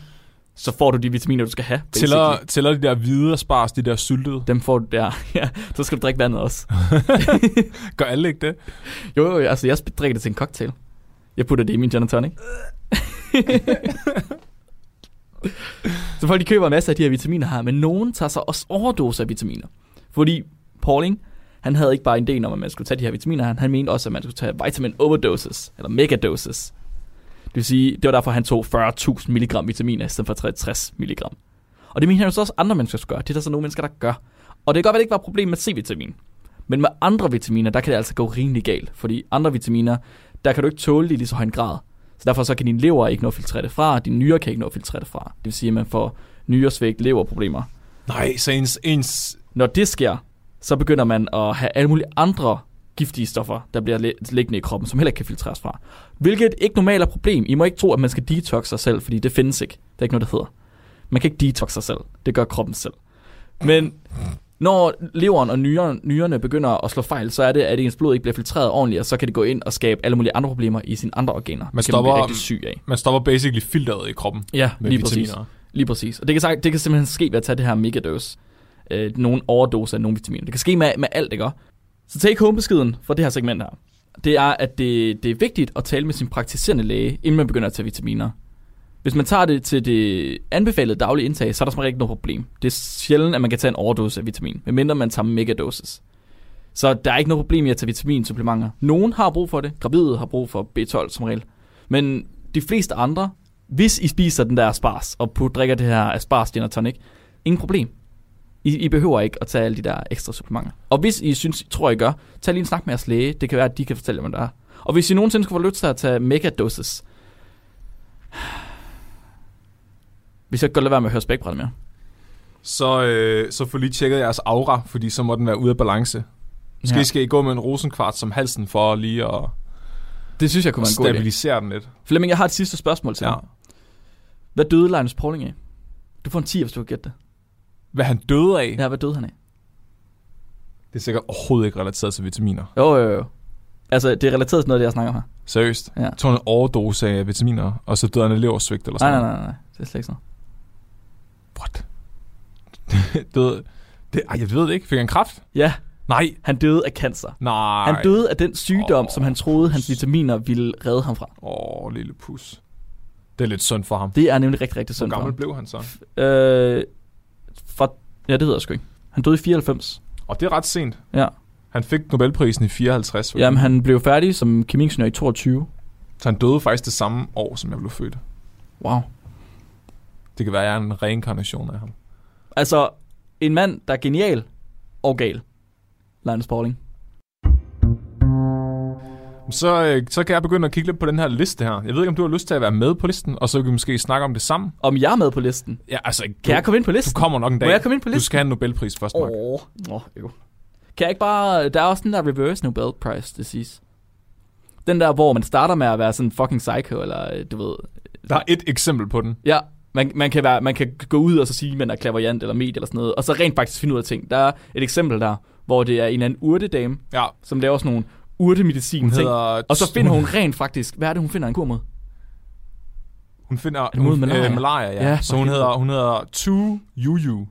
S3: så får du de vitaminer, du skal have.
S2: Tæller,
S3: basically.
S2: tæller de der hvide og spars, de der syltede?
S3: Dem får du der. Ja, så skal du drikke vandet også.
S2: Gør alle ikke det?
S3: Jo, jo, altså jeg sp- drikker det til en cocktail. Jeg putter det i min gin and tonic. så folk de køber en masse af de her vitaminer her, men nogen tager sig også overdoser af vitaminer. Fordi Pauling, han havde ikke bare en idé om, at man skulle tage de her vitaminer, han, han mente også, at man skulle tage vitamin overdoses, eller megadoses. Det vil sige, det var derfor, han tog 40.000 mg vitaminer, i stedet for 60 mg. Og det mener han jo så også andre mennesker skal gøre. Det er der så nogle mennesker, der gør. Og det kan godt være, det ikke var et problem med C-vitamin. Men med andre vitaminer, der kan det altså gå rimelig galt, fordi andre vitaminer, der kan du ikke tåle det i lige så høj en grad. Så derfor så kan din lever ikke nå at filtrere det fra, og din nyre kan ikke nå at filtrere det fra. Det vil sige, at man får nyresvægt leverproblemer.
S2: Nej, så ens, ens
S3: Når det sker, så begynder man at have alle mulige andre giftige stoffer, der bliver læ- liggende i kroppen, som heller ikke kan filtreres fra. Hvilket ikke normalt er et problem. I må ikke tro, at man skal detox sig selv, fordi det findes ikke. Der er ikke noget, der hedder. Man kan ikke detox sig selv. Det gør kroppen selv. Men når leveren og nyren, nyrerne begynder at slå fejl, så er det, at ens blod ikke bliver filtreret ordentligt, og så kan det gå ind og skabe alle mulige andre problemer i sine andre organer. det kan man
S2: stopper-
S3: blive rigtig syg af.
S2: Man stopper basically filteret i kroppen
S3: Ja,
S2: med
S3: lige præcis.
S2: vitaminer. Præcis.
S3: Lige præcis. Og det kan, sagt- det kan simpelthen ske ved at tage det her megadose. Øh, nogle overdoser af nogle vitaminer. Det kan ske med, med alt, ikke også? Så take home beskeden fra det her segment her. Det er, at det, det er vigtigt at tale med sin praktiserende læge, inden man begynder at tage vitaminer. Hvis man tager det til det anbefalede daglige indtag, så er der som regel ikke noget problem. Det er sjældent, at man kan tage en overdosis af vitamin, medmindre man tager megadoses. Så der er ikke noget problem i at tage vitaminsupplementer. Nogen har brug for det. Gravide har brug for B12 som regel. Men de fleste andre, hvis I spiser den der aspars, og put, drikker det her aspars gin og tonic, ingen problem. I, I behøver ikke at tage alle de der ekstra supplementer. Og hvis I synes, tror I gør, tag lige en snak med jeres læge. Det kan være, at de kan fortælle jer, hvad der er. Og hvis I nogensinde skulle få lyst til at tage megadoses, hvis jeg godt lade være med at høre spækbræt mere.
S2: Så, øh, så få lige tjekket jeres aura, fordi så må den være ude af balance. Måske ja.
S3: Ja.
S2: skal I gå med en rosenkvart som halsen for lige at
S3: Det synes jeg kunne være en god idé.
S2: stabilisere den lidt.
S3: Flemming, jeg har et sidste spørgsmål til
S2: Ja.
S3: ja. dig. Hvad døde Linus Pauling af? Du får en 10, hvis du kan gætte det.
S2: Hvad han døde af, ja.
S3: Ja, hvad døde han af?
S2: det er sikkert overhovedet ikke relateret til vitaminer.
S3: Jo, jo, jo. Altså, det er relateret til noget af det, jeg snakker om her.
S2: Seriøst.
S3: Ja.
S2: Tog en overdose af vitaminer, og så døde han af leversvigt eller
S3: Nej,
S2: sådan
S3: nej, nej, nej. Det er slet ikke sådan noget.
S2: What? døde... Det, ej, jeg ved det ikke. Fik han kraft?
S3: Ja,
S2: Nej,
S3: han døde af cancer.
S2: nej.
S3: Han døde af den sygdom,
S2: Åh,
S3: oh, som han troede, hans
S2: pus.
S3: vitaminer ville redde ham fra.
S2: Åh, oh, lille pus. Det er lidt synd for ham.
S3: Det er nemlig rigtig, rigtig synd
S2: Hvor
S3: for
S2: gammel
S3: ham.
S2: blev han så?
S3: Øh, for, ja, det hedder jeg sgu ikke. Han døde i 94.
S2: Og det er ret sent.
S3: Ja.
S2: Han fik Nobelprisen i 54. for
S3: Jamen, han blev færdig som kemiingeniør i 22.
S2: Så han døde faktisk det samme år, som jeg blev født.
S3: Wow.
S2: Det kan være, at jeg er en reinkarnation af ham.
S3: Altså, en mand, der er genial og gal. Linus Pauling.
S2: Så, øh, så kan jeg begynde at kigge lidt på den her liste her. Jeg ved ikke, om du har lyst til at være med på listen, og så kan vi måske snakke om det sammen.
S3: Om jeg er med på listen.
S2: Ja, altså, du,
S3: Kan jeg komme ind på
S2: du
S3: listen?
S2: kommer nok en dag.
S3: Må jeg komme ind
S2: Du
S3: på listen?
S2: skal have en Nobelpris først, Mark. Oh.
S3: Åh, oh, jo. Kan jeg ikke bare... Der er også den der reverse Nobel Prize disease. Den der, hvor man starter med at være sådan fucking psycho, eller øh, du ved...
S2: Der er et eksempel på den.
S3: Ja, man, man, kan være, man kan gå ud og så sige, at man er klaverjant eller medie eller sådan noget, og så rent faktisk finde ud af ting. Der er et eksempel der, hvor det er en eller anden urtedame,
S2: Ja,
S3: som laver sådan nogle urtemedicin
S2: hun
S3: ting.
S2: hedder...
S3: Og så finder hun rent faktisk, hvad er det, hun finder en kur mod?
S2: Hun finder...
S3: det mod
S2: hun,
S3: malaria?
S2: Øh, malaria, ja. ja
S3: Ja,
S2: så
S3: for
S2: hun
S3: helvede.
S2: hedder, hun hedder Tu Yuyu.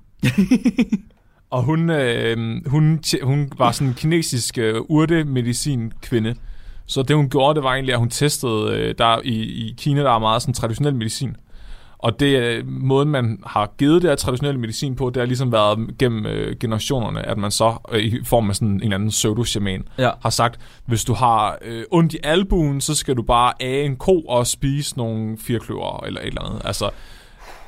S2: og hun, øh, hun, tje- hun var sådan en kinesisk øh, urtemedicin-kvinde. Så det, hun gjorde, det var egentlig, at hun testede... Øh, der i, I Kina, der er meget sådan traditionel medicin. Og det øh, måden, man har givet det her traditionelle medicin på, det har ligesom været gennem øh, generationerne, at man så øh, i form af sådan en eller anden pseudo-shaman
S3: Ja.
S2: har sagt, hvis du har øh, ondt i albuen, så skal du bare af en ko og spise nogle firkløver eller et eller andet. Altså,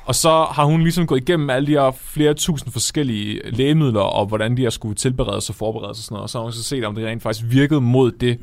S2: og så har hun ligesom gået igennem alle de her flere tusind forskellige lægemidler, og hvordan de har skulle tilberedes og forberedes og sådan noget. Og så har hun så set, om det rent faktisk virkede mod det,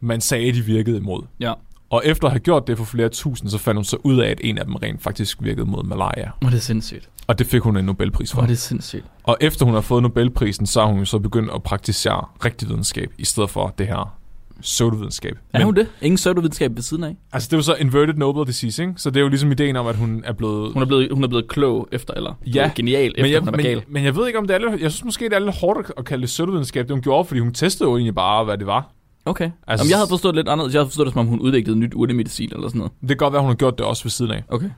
S2: man sagde, de virkede imod.
S3: Ja.
S2: Og efter at have gjort det for flere tusind, så fandt hun så ud af, at en af dem rent faktisk virkede mod malaria.
S3: Åh, det er sindssygt.
S2: Og det fik hun en Nobelpris for.
S3: Åh, det er sindssygt.
S2: Og efter hun har fået Nobelprisen, så har hun jo så begyndt at praktisere rigtig videnskab, i stedet for det her pseudovidenskab.
S3: Er hun det? Ingen pseudovidenskab ved siden af?
S2: Altså, det er jo så inverted Nobel disease, ikke? Så det er jo ligesom ideen om, at hun er blevet...
S3: Hun er blevet, hun er blevet klog efter, eller ja. genial efter,
S2: men jeg,
S3: hun er
S2: men,
S3: gal.
S2: men jeg ved ikke, om det er lidt, Jeg synes måske, det er lidt hårdt at kalde det pseudovidenskab, det hun gjorde, fordi hun testede jo egentlig bare, hvad det var.
S3: Okay.
S2: Altså-
S3: Altså, Jamen, jeg havde forstået det lidt anderledes. Jeg havde forstået det, som om hun udviklede nyt urtemedicin eller sådan noget.
S2: Det kan godt være, hun har gjort det også ved siden af.
S3: Okay.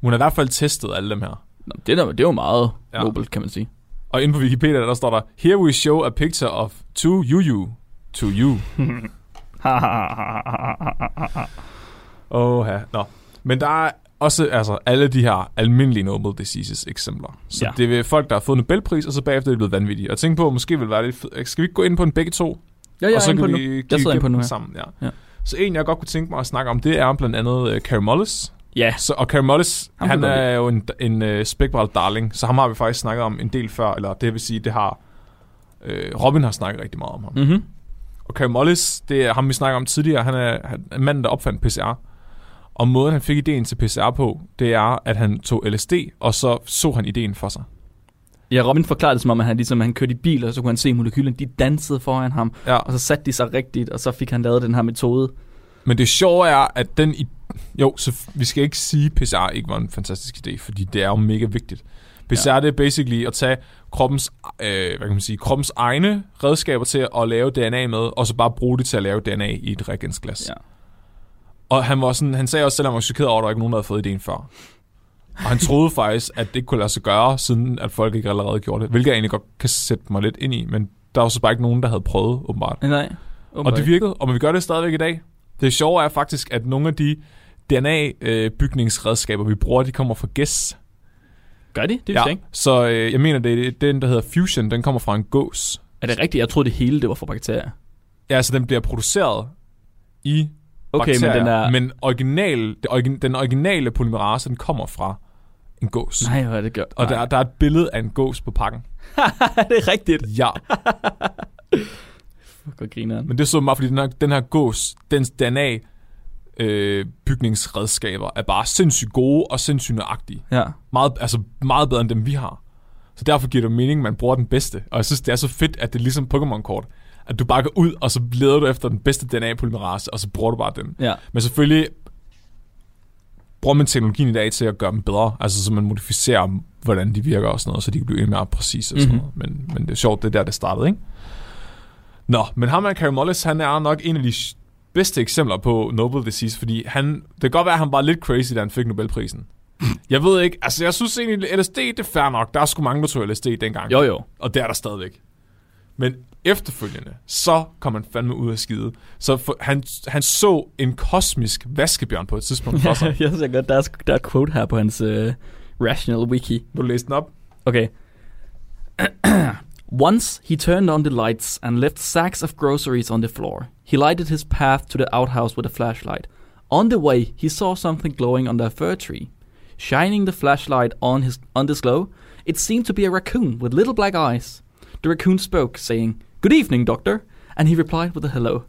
S2: Hun har i hvert fald testet alle dem her.
S3: Nå, det, er, da- det er jo meget
S2: Ja.
S3: ja. nobelt, kan man sige.
S2: Og inde på Wikipedia, der står der, Here we show a picture of two you to you. Åh, ja. Nå. Men der er også altså, alle de her almindelige Nobel Diseases eksempler. Så ja.
S3: Ja.
S2: det er folk, der har fået Nobelpris, og så bagefter er det blevet vanvittige. Og tænk på, at måske vil være lidt fed. Skal vi ikke gå ind på en begge to?
S3: Ja, jeg
S2: og så
S3: er inde på
S2: kan
S3: nu.
S2: vi kigge
S3: Jeg sidder inde på
S2: igennem
S3: nu,
S2: dem
S3: ja.
S2: sammen. Ja. Ja.
S3: Ja.
S2: Så en, jeg godt kunne tænke mig at snakke om, det er blandt andet uh, Carey Mullis.
S3: Ja,
S2: Så, og Carey Mullis,
S3: Ham
S2: han
S3: kan jeg godt
S2: er jo en, en uh, spækbræt darling, så ham har vi faktisk snakket om en del før, eller det vil sige, det har uh, Robin har snakket rigtig meget om ham.
S3: mm-hmm.
S2: Og Carey Mullis, det er ham, vi snakker om tidligere. Han er, han er manden, der opfandt PCR. Og måden, han fik ideen til PCR på, det er, at han tog LSD, og så så han ideen for sig.
S3: ja, Robin forklarede det som om, at han, ligesom, han kørte i bil, og så kunne han se molekylerne, de dansede foran ham,
S2: Ja.
S3: og så satte de sig rigtigt, og så fik han lavet den her metode.
S2: Men det sjove er, at den... I... Jo, så f- vi skal ikke sige, at PCR ikke var en fantastisk idé, fordi det er jo mega vigtigt. PCR, ja. det er basically at tage kroppens, øh, hvad kan man sige, kroppens egne redskaber til at lave DNA med, og så bare bruge det til at lave DNA i et reagensglas.
S3: Ja.
S2: Og han, var sådan, han sagde også, selvom han var chokeret over, at der ikke var nogen, der havde fået ideen før. Og han troede faktisk, at det ikke kunne lade sig gøre, siden at folk ikke allerede gjorde det. Hvilket jeg egentlig godt kan sætte mig lidt ind i, men der var så bare ikke nogen, der havde prøvet, åbenbart.
S3: Nej.
S2: Og det virkede, og vi gør det stadigvæk i dag. Det sjove er faktisk, at nogle af de DNA-bygningsredskaber, øh, vi bruger, de kommer fra GES.
S3: Gør de? Det vidste jeg ikke.
S2: Så øh, jeg mener, det er den, der hedder Fusion, den kommer fra en gås.
S3: Er det rigtigt? Jeg troede det hele, det var fra bakterier.
S2: Ja, så den bliver produceret i
S3: Okay, men
S2: bakterier,
S3: den er...
S2: men original, det origin, den originale polymerase, den kommer fra en gås.
S3: Nej, hvor er det godt.
S2: Og der, der er et billede af en gås på pakken.
S3: er det rigtigt.
S2: Ja,
S3: Hvor grineren.
S2: men det er så meget, fordi den her, den her gås, dens DNA, øh, bygningsredskaber, er bare sindssygt gode og sindssygt nøjagtige.
S3: Ja.
S2: Meget, altså meget bedre end dem, vi har. Så derfor giver det jo mening, at man bruger den bedste. Og jeg synes, det er så fedt, at det er ligesom Pokémon-kort. At du bare går ud, og så leder du efter den bedste DNA-polymerase, og så bruger du bare den.
S3: Ja.
S2: Men selvfølgelig bruger man teknologien i dag til at gøre dem bedre. Altså så man modificerer, hvordan de virker og sådan noget, så de kan blive endnu mere præcise og sådan
S3: Mhm.
S2: mm-hmm. noget. Men, men det er sjovt, det er der, det startede, ikke? Nå, men ham her, Carey Mullis, han er nok en af de bedste eksempler på Nobel Disease, fordi han, det kan godt være, at han var lidt crazy, da han fik Nobelprisen. Jeg ved ikke, altså jeg synes egentlig, LSD, det er fair nok. Der er sgu mange, der tog LSD dengang.
S3: Jo, jo.
S2: Og det er der stadigvæk. Men efterfølgende, så kom han fandme ud af skide. Så for, han, han så en kosmisk vaskebjørn på et tidspunkt for sig.
S3: jeg synes godt, der er, sk- der er et quote her på hans uh, Rational Wiki.
S2: Vil du læse den op?
S3: Okay. Once he turned on the lights and left sacks of groceries on the floor. He lighted his path to the outhouse with a flashlight. On the way, he saw something glowing under a fir tree. Shining the flashlight on his on this glow, it seemed to be a raccoon with little black eyes. The raccoon spoke, saying, "Good evening, doctor," and he replied with a hello.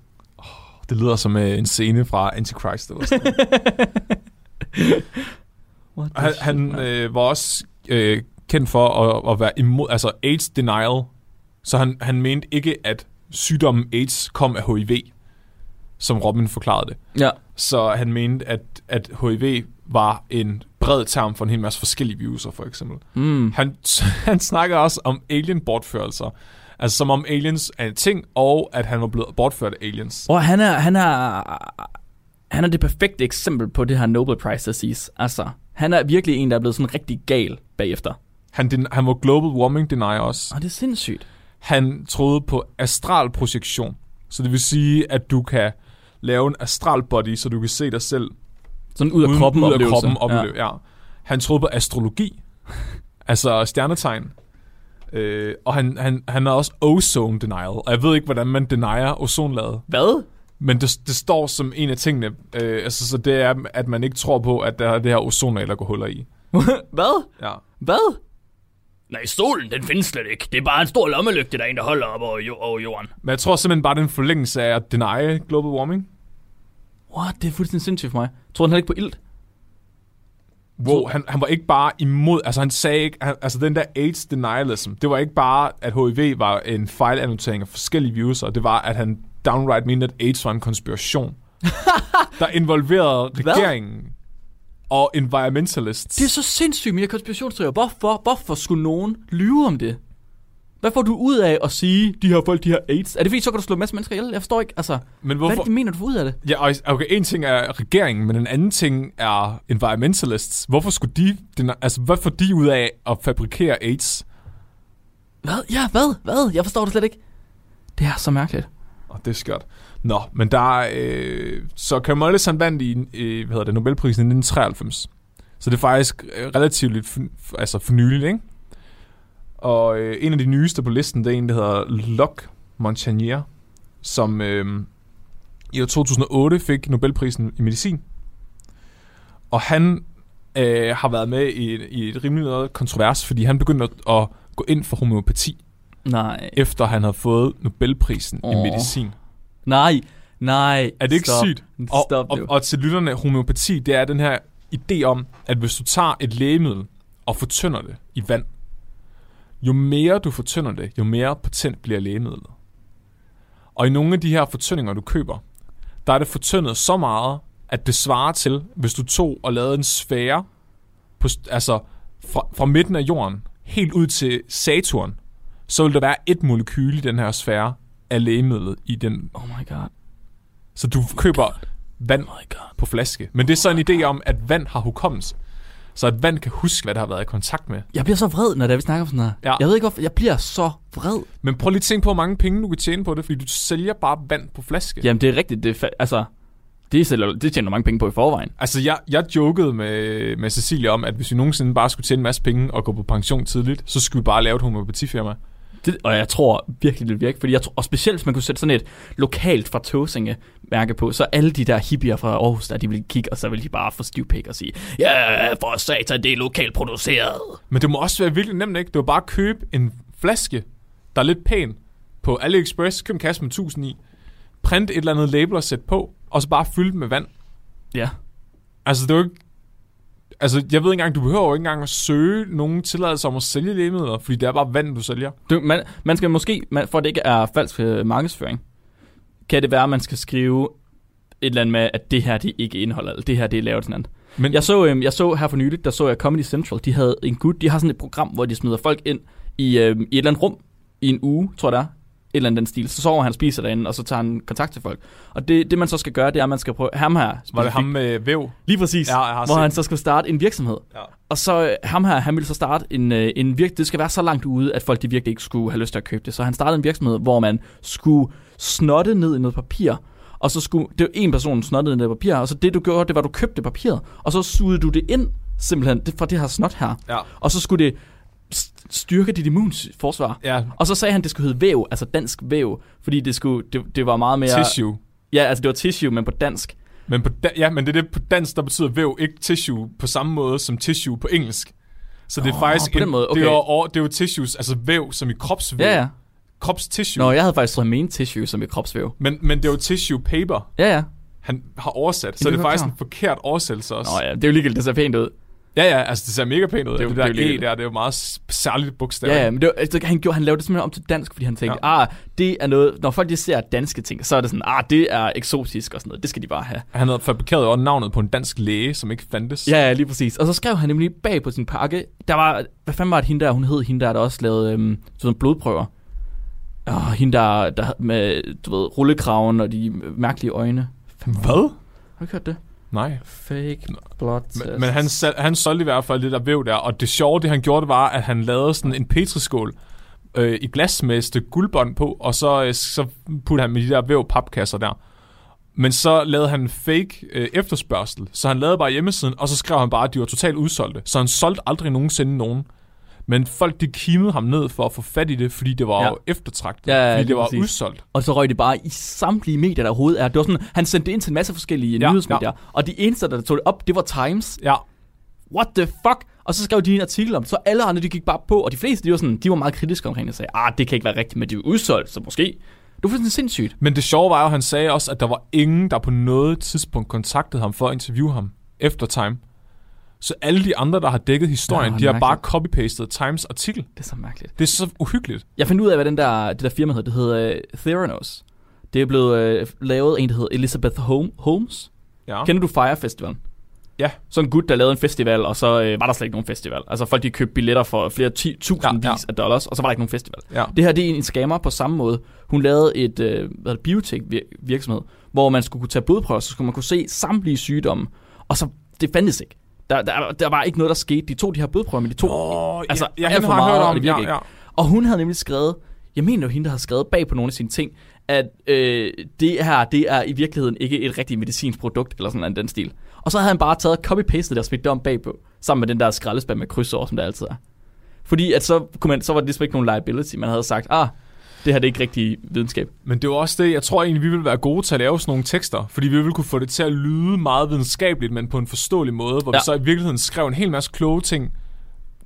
S2: Det lyder som øh, en scene fra Antichrist. Eller sådan. noget.
S3: What the
S2: han
S3: shit,
S2: han
S3: man.
S2: øh, var også øh, kendt for at, at være imod, altså AIDS denial. Så han, han mente ikke, at sygdommen AIDS kom af HIV, som Robin forklarede det.
S3: ja.
S2: Så han mente, at, at HIV var en bred term for en hel masse forskellige viruser, for eksempel.
S3: Mm.
S2: Han, han snakker også om alien-bortførelser. Altså som om aliens er en ting, og at han var blevet bortført af aliens.
S3: Og han er, han er, han er det perfekte eksempel på det her Nobel Prize disease. Altså, han er virkelig en, der er blevet sådan rigtig gal bagefter.
S2: Han, den, han var global warming denier også.
S3: Og det er sindssygt.
S2: Han troede på astral projektion. Så det vil sige, at du kan lave en astral body, så du kan se dig selv
S3: Sådan ud af
S2: uden-
S3: kroppen
S2: ud af
S3: oplevelse.
S2: kroppen oplevelse. Ja. Ja. Han troede på astrologi, altså stjernetegn. Øh, og han, han, han har også ozone denial. Og jeg ved ikke, hvordan man denier ozonlaget.
S3: Hvad?
S2: Men det, det står som en af tingene, øh, altså, så det er, at man ikke tror på, at der er det her ozonlag, der går huller i.
S3: Hvad?
S2: Ja.
S3: Hvad?
S4: Nej, solen den findes slet ikke. Det er bare en stor lommelygte, der er en, der holder op over, jo- over jorden.
S2: Men jeg tror simpelthen bare, det er en forlængelse af at deny global warming.
S3: What? Det er fuldstændig sindssygt for mig. Tror han heller ikke på ilt?
S2: Wow, han, han var ikke bare imod, altså han sagde ikke, han, altså den der AIDS denialism, det var ikke bare, at HIV var en fejlannotering af forskellige viruser, det var, at han downright mente, at AIDS var en konspiration, der involverede regeringen og environmentalists.
S3: Det er så sindssygt mere konspirationsteorier. Hvorfor, hvorfor skulle nogen lyve om det? Hvad får du ud af at sige, de her folk, de har AIDS? Er det fordi, så kan du slå en masse mennesker ihjel? Jeg forstår ikke, altså...
S2: Men
S3: Hvad er
S2: hvorfor,
S3: det, de mener, du får ud af det?
S2: Ja, og okay, en ting er regeringen, men en anden ting er environmentalists. Hvorfor skulle de, den, altså hvad får de ud af at fabrikere AIDS?
S3: Hvad? Ja, hvad? Hvad? Jeg forstår det slet ikke. Det er så mærkeligt.
S2: Og det er skørt. Nå, men der er, øh, så Camollis han vandt i, øh, hvad hedder det, Nobelprisen i 1993. Så det er faktisk øh, relativt lidt for, altså fornyeligt, ikke? Og øh, en af de nyeste på listen, det er en, der hedder Locke Montagnier, som øh, i år 2008 fik Nobelprisen i medicin. Og han øh, har været med i, i et rimelig noget kontrovers, fordi han begyndte at, at gå ind for homeopati,
S3: Nej.
S2: efter han havde fået Nobelprisen oh.
S3: Åh.
S2: i medicin.
S3: Nej. Nej.
S2: Er det ikke
S3: Stop.
S2: sygt?
S3: Og, Stop
S2: og,
S3: og, og,
S2: og til lytterne, homeopati, det er den her idé om, at hvis du tager et lægemiddel og fortynder det i vand, jo mere du fortynder det, jo mere patent bliver lægemidlet. Og i nogle af de her fortyndinger, du køber, der er det fortyndet så meget, at det svarer til, hvis du tog og lavede en sfære, på, st- altså fra, fra midten af jorden, helt ud til Saturn, så vil der være et molekyle i den her sfære af lægemidlet i den
S3: oh my god. Oh
S2: så du køber vand på flaske. Men det er så en idé om, at vand har hukommelse. Så at vand kan huske, hvad der har været i kontakt med.
S3: Jeg bliver så vred, når det er, vi snakker om sådan noget.
S2: Ja.
S3: Jeg ved ikke hvorfor. Jeg bliver så vred.
S2: Men prøv lige at tænke på, hvor mange penge du kan tjene på det, fordi du sælger bare vand på flaske.
S3: Jamen, det er rigtigt. Det er fa- altså, Det, sælger, det tjener du mange penge på i forvejen.
S2: Altså, jeg, jeg jokede med, med Cecilie om, at hvis vi nogensinde bare skulle tjene en masse penge og gå på pension tidligt, så skulle vi bare lave et homeopatifirma.
S3: Det, og jeg tror virkelig, det vil virke. Fordi jeg tror, og specielt, hvis man kunne sætte sådan et lokalt fra Tåsinge mærke på, så alle de der hippier fra Aarhus, der de ville kigge, og så ville de bare få stiv pik og sige, ja, for satan, det er lokalt produceret.
S2: Men det må også være virkelig nemt, ikke? Det var bare at købe en flaske, der er lidt pæn, på AliExpress, køb en kasse med 1000 i, print et eller andet label og sætte på, og så bare fylde den med vand.
S3: Ja.
S2: Altså, det er jo ikke... Altså, jeg ved ikke engang, du behøver jo ikke engang at søge nogen tilladelse om at sælge lægemidler, fordi det er bare vand, du sælger.
S3: Du, man, man skal måske, man, for at det ikke er falsk øh, markedsføring, kan det være, at man skal skrive et eller andet med, at det her det ikke indeholder, eller det her det er lavet sådan andet.
S2: Men-
S3: Men jeg så, øhm, jeg så her for nylig, der så jeg Comedy Central, de havde en gut, de har sådan et program, hvor de smider folk ind i, øhm, i et eller andet rum i en uge, tror jeg det er, et eller andet den stil. Så sover han, spiser derinde, og så tager han kontakt til folk. Og det, det man så skal gøre, det er, at man skal prøve, ham her,
S2: Var det
S3: specifikt-
S2: ham med væv?
S3: Lige præcis.
S2: Ja, jeg har
S3: hvor
S2: set
S3: han
S2: det.
S3: så skal starte en virksomhed.
S2: Ja.
S3: Og så øh, ham her, han ville så starte en, øh, en virksomhed. Det skal være så langt ude, at folk de virkelig ikke skulle have lyst til at købe det. Så han startede en virksomhed, hvor man skulle snotte ned i noget papir. Og så skulle, det var en person, snottede ned i noget papir. Og så det du gjorde, det var, at du købte papiret. Og så sugede du det ind, simpelthen, det, fra det her snot her.
S2: Ja.
S3: Og så skulle det s- styrke dit immunforsvar.
S2: Ja.
S3: Og så sagde han, det skulle hedde væv, altså dansk væv, fordi det, skulle, det, det var meget mere...
S2: Tissue.
S3: Ja, altså det var tissue, men på dansk.
S2: Men, på da- ja, men det er det på dansk, der betyder væv, ikke tissue, på samme måde som tissue på engelsk. Så det er faktisk...
S3: på den måde,
S2: det, er,
S3: okay.
S2: jo, over- det er jo tissues, altså væv, som i kropsvæv.
S3: Ja, ja.
S2: Kropstissue.
S3: Nå, jeg havde faktisk troet main tissue som et kropsvæv.
S2: Men, men det er jo tissue paper,
S3: Ja, ja.
S2: han har oversat. Så
S3: det
S2: det er
S3: var
S2: faktisk
S3: klar.
S2: en forkert oversættelse også.
S3: Nå ja, det er jo ligegyldigt, det ser pænt ud.
S2: Ja, ja, altså det ser mega pænt ud. Det,
S3: jo-
S2: det
S3: det er
S2: der
S3: jo
S2: det E
S3: lækkert.
S2: der, det er jo meget s- særligt bogstav.
S3: Ja, ja, men det var, altså, han, gjorde, han lavede det simpelthen om til dansk, fordi han tænkte, ah, det er noget, når folk de ser danske ting, så er det sådan, ah, det er eksotisk og sådan noget, det skal de bare have.
S2: Han havde fabrikeret også navnet på en dansk læge, som ikke fandtes.
S3: Ja, ja, lige præcis. Og så skrev han nemlig bag på sin pakke, der var, hvad fanden var det hende der, hun hed hende der, der også lavede øhm, sådan blodprøver. Og hende der, der med, du ved, rullekraven og de mærkelige øjne.
S2: Hvad?
S3: Har du ikke hørt det?
S2: Nej.
S3: Fake blood test.
S2: Men, men han, sal- han solgte i hvert fald det der væv der, og det sjove, det han gjorde, det var, at han lavede sådan en petriskål øh, i glas med et stykke guldbånd på, og så, øh, så puttede han med de der væv papkasser der. Men så lavede han fake øh, efterspørgsel, så han lavede bare hjemmesiden, og så skrev han bare, at de var totalt udsolgte. Så han solgte aldrig nogensinde nogen. Men folk, de kimede ham ned for at få fat i det, fordi det var
S3: Ja.
S2: ja. eftertragtet,
S3: Ja, ja,
S2: fordi det
S3: lige
S2: var
S3: præcis.
S2: udsolgt.
S3: Og så røg det bare i samtlige medier, der overhovedet er. Det var sådan, han sendte det ind til en masse forskellige
S2: Ja,
S3: ja, nyhedsmedier, ja. og de eneste, der tog det op, det var Times.
S2: Ja,
S3: What the fuck? Og så skrev de en artikel om det, så alle andre, de gik bare på, og de fleste, de var, sådan, de var meget kritiske omkring det, og sagde, ah, det kan ikke være rigtigt, men det er jo udsolgt, så måske. Det var fuldstændig sindssygt.
S2: Men det sjove var jo, at han sagde også, at der var ingen, der på noget tidspunkt kontaktede ham for at interviewe ham efter Time. Så alle de andre, der har dækket historien,
S3: Nå,
S2: de har bare
S3: mærkeligt.
S2: copy-pastet Times artikel.
S3: Det er så mærkeligt.
S2: Det er så uhyggeligt.
S3: Jeg fandt ud af, hvad den der, det der firma hed. Det hed uh, Theranos. Det er blevet uh, lavet af en, der hed Elizabeth Home, Holmes.
S2: Ja.
S3: Kender du Fire Festivalen?
S2: Ja.
S3: Sådan en gut, der lavede en festival, og så øh, var der slet ikke nogen festival. Altså folk, de købte billetter for flere ti- tusindvis
S2: Ja, ja.
S3: ja, ja. af dollars, og så var der ikke nogen festival.
S2: Ja.
S3: Det her, det er en scammer på samme måde. Hun lavede et øh, hvad det, biotech vir- virksomhed, hvor man skulle kunne tage blodprøver, så skulle man kunne se samtlige sygdomme, og så det fandtes ikke. Der, der, der var ikke noget, der skete. De tog de her blodprøver, men de tog
S2: Åh,
S3: altså,
S2: ja, ja,
S3: alt
S2: hende
S3: for
S2: har jeg
S3: meget,
S2: hørt om.
S3: og det virker
S2: Ja,
S3: ikke.
S2: ja.
S3: Og hun havde nemlig skrevet, jeg mener jo hende, der havde skrevet bag på nogle af sine ting, at øh, det her, det er i virkeligheden ikke et rigtigt medicinsk produkt, eller sådan noget af den stil. Og så havde han bare taget copy-pastet det og smidt det om bagpå, sammen med den der skraldespand med krydsår, som der altid er. Fordi at så, kunne man, så var det ligesom ikke nogen liability, man havde sagt, ah, det her det er ikke rigtig videnskab.
S2: Men det er jo også det, jeg tror egentlig, vi vil være gode til at lave sådan nogle tekster, fordi vi vil kunne få det til at lyde meget videnskabeligt, men på en forståelig måde, hvor ja.
S3: Ja.
S2: vi så i virkeligheden skrev en hel masse kloge ting,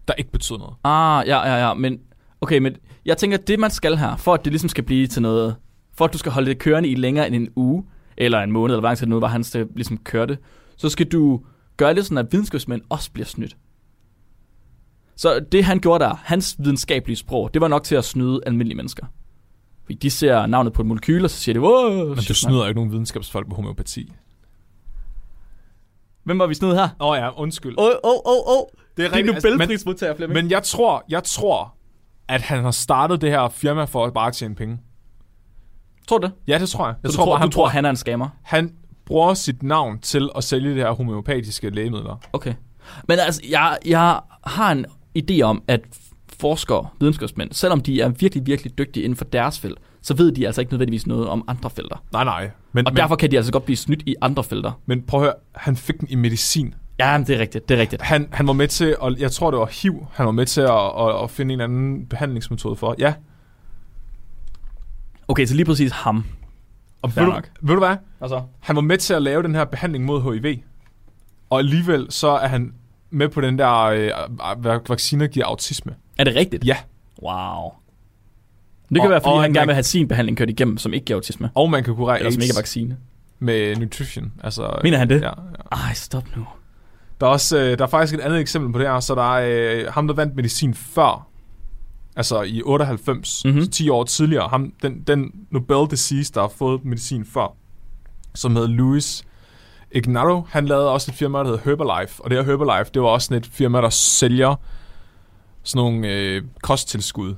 S2: der ikke betød noget.
S3: Ah, ja, ja, ja, men okay, men jeg tænker, det man skal her, for at det ligesom skal blive til noget, for at du skal holde det kørende i længere end en uge, eller en måned, eller hvor lang tid det nu var, han skal ligesom køre det, så skal du gøre det sådan, at videnskabsmænd også bliver snydt. Så det han gjorde der, hans videnskabelige sprog, det var nok til at snyde almindelige mennesker. Fordi de ser navnet på et molekyl, og så siger de, wow,
S2: Men du snyder jo ikke nogen videnskabsfolk med homeopati.
S3: Hvem var vi snyde her?
S2: Åh oh, ja, undskyld.
S3: Åh, åh, åh, åh.
S2: Det er
S3: Det er
S2: rigtigt, altså, men-
S3: Nobelprismodtager, Flemming.
S2: Men jeg tror, jeg tror, at han har startet det her firma for at bare tjene penge.
S3: Tror du det?
S2: Ja, det tror jeg. Jeg
S3: Så du tror,
S2: bare,
S3: du tror,
S2: han...
S3: han er en scammer?
S2: han bruger sit navn til at sælge det her homeopatiske lægemidler.
S3: Okay. Men altså, jeg, jeg har en idé om, at forskere, videnskabsmænd, selvom de er virkelig, virkelig dygtige inden for deres felt, så ved de altså ikke nødvendigvis noget om andre felter.
S2: Nej, nej. Men,
S3: Og
S2: men,
S3: derfor kan de altså godt blive snydt i andre felter.
S2: men prøv at høre, han fik den i medicin.
S3: Ja, men det er rigtigt, det er rigtigt.
S2: Han, han var med til, og jeg tror det var HIV, han var med til at, at, at finde en eller anden behandlingsmetode for. Ja,
S3: Okay, så lige præcis ham.
S2: og
S3: Fair
S2: ved du,
S3: nok.
S2: ved du hvad?
S3: Altså,
S2: Han var med til at lave den her behandling mod HIV. Og alligevel så er han med på den der øh, øh, vacciner giver autisme.
S3: er det rigtigt?
S2: Ja.
S3: Wow. Det kan
S2: Og-
S3: være, fordi
S2: og
S3: han
S2: en
S3: gerne
S2: man-
S3: vil have sin behandling kørt igennem, som ikke giver autisme.
S2: Og man kan kurere
S3: Eller som ikke er
S2: AIDS
S3: vaccine.
S2: med nutrition. Altså,
S3: Mener han det?
S2: Ja, ja.
S3: Ej, stop nu.
S2: Der er, også, øh, der er faktisk et andet eksempel på det her, så der er øh, ham, der vandt medicin før, altså i 98,
S3: Mhm.
S2: mm-hmm. 10 år tidligere, ham, den, den Nobel disease, der har fået medicin før, som hed Louis Ignaro, han lavede også et firma, der hed Herbalife, og det her Herbalife, det var også sådan et firma, der sælger sådan nogle øh, kosttilskud,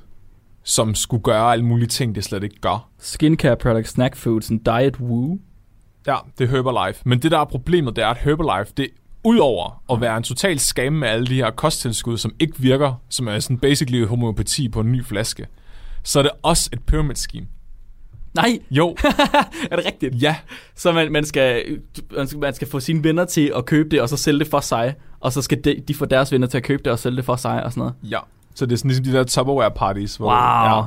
S2: som skulle gøre alle mulige ting, det slet ikke gør.
S3: Skincare products, snack foods and diet woo.
S2: Ja, det er Herbalife. Men det, der er problemet, det er, at Herbalife, det udover at være en total skam med alle de her kosttilskud, som ikke virker, som er sådan basically homøopati på en ny flaske, så er det også et pyramid scheme.
S3: Nej,
S2: Jo,
S3: er det rigtigt?
S2: ja,
S3: Så man, man, skal, man, skal, man skal få sine venner til at købe det, og så sælge det for sig. Og så skal de, de få deres venner til at købe det, og sælge det for sig, og sådan noget.
S2: ja. Så det er sådan ligesom de der Tupperware parties, hvor ja,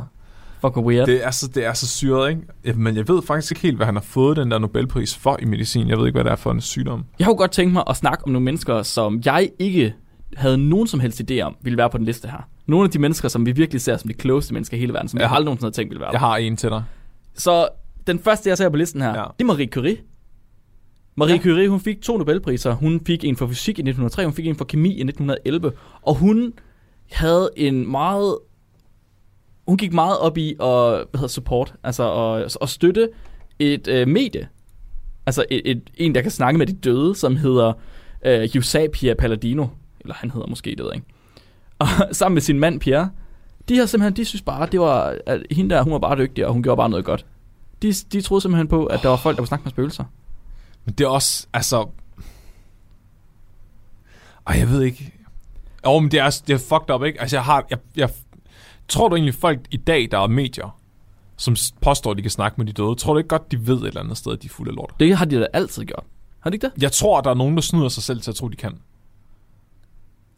S3: Fucking weird. Det,
S2: det, er så, det er så syret, ikke? Ja, Men jeg ved faktisk ikke helt, hvad han har fået den der Nobelpris for i medicin. Jeg ved ikke, hvad det er for en sygdom.
S3: jeg kunne godt tænke mig at snakke om nogle mennesker, som jeg ikke havde nogen som helst idé om, ville være på den liste her. Nogle af de mennesker, som vi virkelig ser som de klogeste mennesker i hele verden, som ja.
S2: Ja.
S3: jeg aldrig nogensinde havde tænkt ville være der.
S2: Jeg har en til dig.
S3: Så den første, jeg ser på listen her, ja.
S2: Ja.
S3: det er Marie Curie. Marie ja.
S2: Ja.
S3: Curie, hun fik to Nobelpriser. Hun fik en for fysik i 1903, hun fik en for kemi i 1911. Og hun havde en meget... Hun gik meget op i at hvad hedder, support, altså at, at støtte et øh, medie. Altså et, et, en, der kan snakke med de døde, som hedder øh, Eusapia Palladino. Eller han hedder måske, det ved jeg ikke. Og sammen med sin mand Pierre, de her simpelthen, de synes bare, det var, at hende der, hun var bare dygtig, og hun gjorde bare noget godt. De, de troede simpelthen på, at der var folk, der var snakke med spøgelser.
S2: Men det er også, altså... Ej, jeg ved ikke... Jo, men det er, det er fucked up, ikke? Altså, jeg har... Jeg, jeg, tror du egentlig, folk i dag, der er medier, som s- påstår, at de kan snakke med de døde, tror du ikke godt, de ved et eller andet sted, at de er fulde af lort?
S3: Det har de da altid gjort. Har de ikke det?
S2: Jeg tror, der er nogen, der snyder sig selv til at tro, de kan.
S3: Men,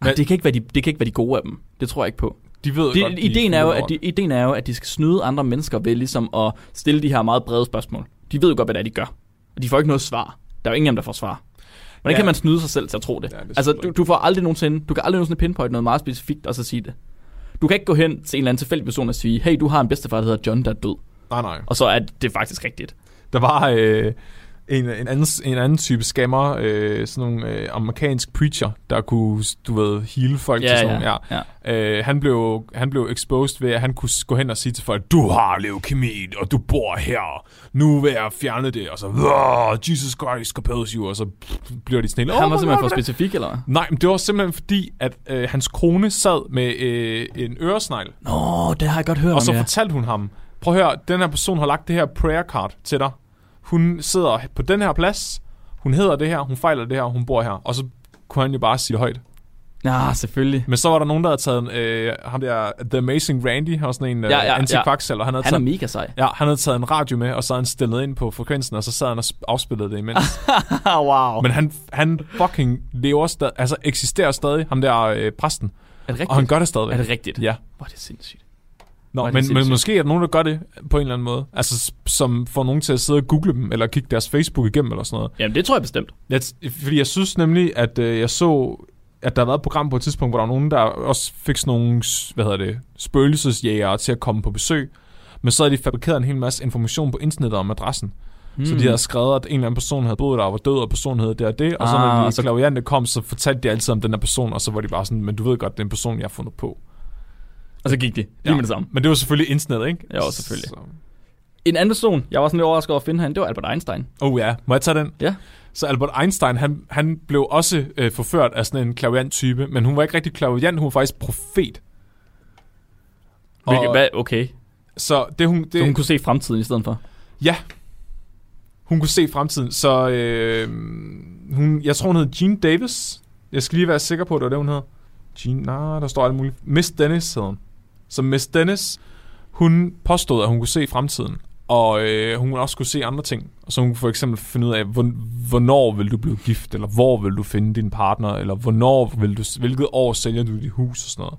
S2: Men-
S3: Ah, det, kan ikke være de, det kan ikke være de gode af dem. Det tror jeg ikke på.
S2: De ved godt,
S3: Det, ideen,
S2: fulde
S3: er jo,
S2: af
S3: at
S2: lort.
S3: de, ideen er jo, at de skal snyde andre mennesker ved ligesom at stille de her meget brede spørgsmål. De ved jo godt, hvad det er, de gør. Og de får ikke noget svar. Der er jo ingen af dem, der får svar. Hvordan ja.
S2: Ja.
S3: kan man snyde sig selv til at tro det?
S2: Ja, det er
S3: altså, du,
S2: selvfølgelig
S3: du, får aldrig nogensinde, du kan aldrig nogensinde pinpoint noget meget specifikt og så sige det. Du kan ikke gå hen til en eller anden tilfældig person og sige, hey, du har en bedstefar, der hedder John, der er død.
S2: Nej, nej.
S3: Og så er det faktisk rigtigt.
S2: Der var øh, en, en, anden, en anden type skammer, øh, sådan nogle øh, amerikansk preacher, der kunne, du ved, hele folk til sådan nogle, ja.
S3: ja.
S2: Øh, han, blev, han blev exposed ved, at han kunne s- gå hen og sige til folk, du har leukemi, og du bor her. Nu vil jeg fjerne det. Og så, "Wow, Jesus Christ compels you. Og så bliver de sådan helt,
S3: Han
S2: "Oh
S3: var
S2: my
S3: simpelthen
S2: God,
S3: for
S2: hvordan-"
S3: specifik, eller hvad?
S2: Nej, men det var simpelthen fordi, at øh, hans kone sad med øh, en øresnegl,
S3: Nå, det har jeg godt hørt
S2: og så
S3: om, ja.
S2: fortalte hun ham, prøv at høre, den her person har lagt det her prayer card til dig. Hun sidder på den her plads, hun hedder det her, hun fejler det her, hun bor her. Og så kunne han jo bare sige det højt.
S3: Ja, selvfølgelig.
S2: Men så var der nogen, der havde taget en, øh, ham der, The Amazing Randy, han var sådan en øh,
S3: Ja,
S2: ja,
S3: ja, ja.
S2: ja, antikvaksælger. Han havde
S3: Han er
S2: taget,
S3: mega sej.
S2: ja, han havde taget en radio med, og så havde han stillet ind på frekvensen, og så sad han og sp- afspillede det
S3: Ah.
S2: imens.
S3: wow.
S2: Men han, han fucking lever stadig, altså eksisterer stadig, ham der øh, præsten.
S3: er det rigtigt?
S2: Og han gør det stadigvæk.
S3: Er det rigtigt?
S2: Ja.
S3: Hvor er det sindssygt.
S2: Nå,
S3: Hvor er
S2: men,
S3: det
S2: men
S3: sindssygt.
S2: måske er der nogen, der gør det på en eller anden måde. Altså, s- som får nogen til at sidde og google dem, eller kigge deres Facebook igennem, eller sådan noget.
S3: Jamen, det tror jeg bestemt.
S2: Jeg, fordi jeg synes nemlig, at øh, jeg så, at der har været et program på et tidspunkt, hvor der var nogen, der også fik sådan nogle, s- hvad hedder det, spøgelsesjægere til at komme på besøg. Men så havde de fabrikeret en hel masse information på internettet om adressen. Mm.
S3: Hmm.
S2: Så de havde skrevet, at en eller anden person havde boet der og var død, og personen havde det og det. Og så
S3: Ah,
S2: når
S3: og
S2: de
S3: så-
S2: så... klaviante kom, så fortalte de altid om den her person, og så var de bare sådan, men du ved godt, det er en person, jeg har fundet på.
S3: Og så gik de. Lige ja. med det samme.
S2: Men det var selvfølgelig internettet, ikke?
S3: Jo, selvfølgelig.
S2: Så...
S3: En anden person, jeg var sådan lidt overrasket over at finde han, det var Albert Einstein.
S2: Oh ja, må jeg tage den?
S3: Ja.
S2: Så Albert Einstein, han, han blev også øh, forført af sådan en klaviant type, men hun var ikke rigtig klaviant, hun var faktisk profet.
S3: Hvilket, hvad? Okay.
S2: Så det hun, det,
S3: Så hun kunne se fremtiden i stedet for.
S2: ja, hun kunne se fremtiden. Så øh, hun, jeg tror hun hed Jean Davis. Jeg skal lige være sikker på, at det var det, hun hed. Jean, nej, der står alt muligt. Miss Dennis hed hun. Så Miss Dennis, hun påstod, at hun kunne se fremtiden. Og øh, hun også kunne se andre ting. Så hun kunne for eksempel finde ud af, hvor- hvornår vil du blive gift, eller hvor vil du finde din partner, eller hvornår vil du, hvilket år sælger du dit hus og sådan noget.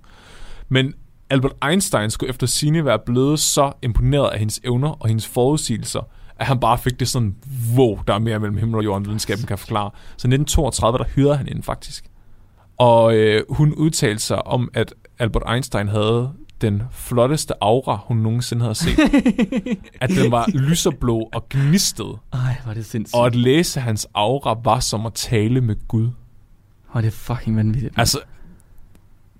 S2: Men Albert Einstein skulle efter sine være blevet så imponeret af hendes evner og hendes forudsigelser, at han bare fik det sådan, wow, der er mere mellem himmel og jord, end videnskaben kan forklare. Så 1932, der hyrede han hende faktisk. Og øh, hun udtalte sig om, at Albert Einstein havde den flotteste aura, hun nogensinde havde set. at den var lyserblå og gnistede.
S3: Ej, hvor er det sindssygt.
S2: Og
S3: Og...
S2: at læse hans aura var som at tale med Gud.
S3: Hvor er det fucking vanvittigt.
S2: Altså,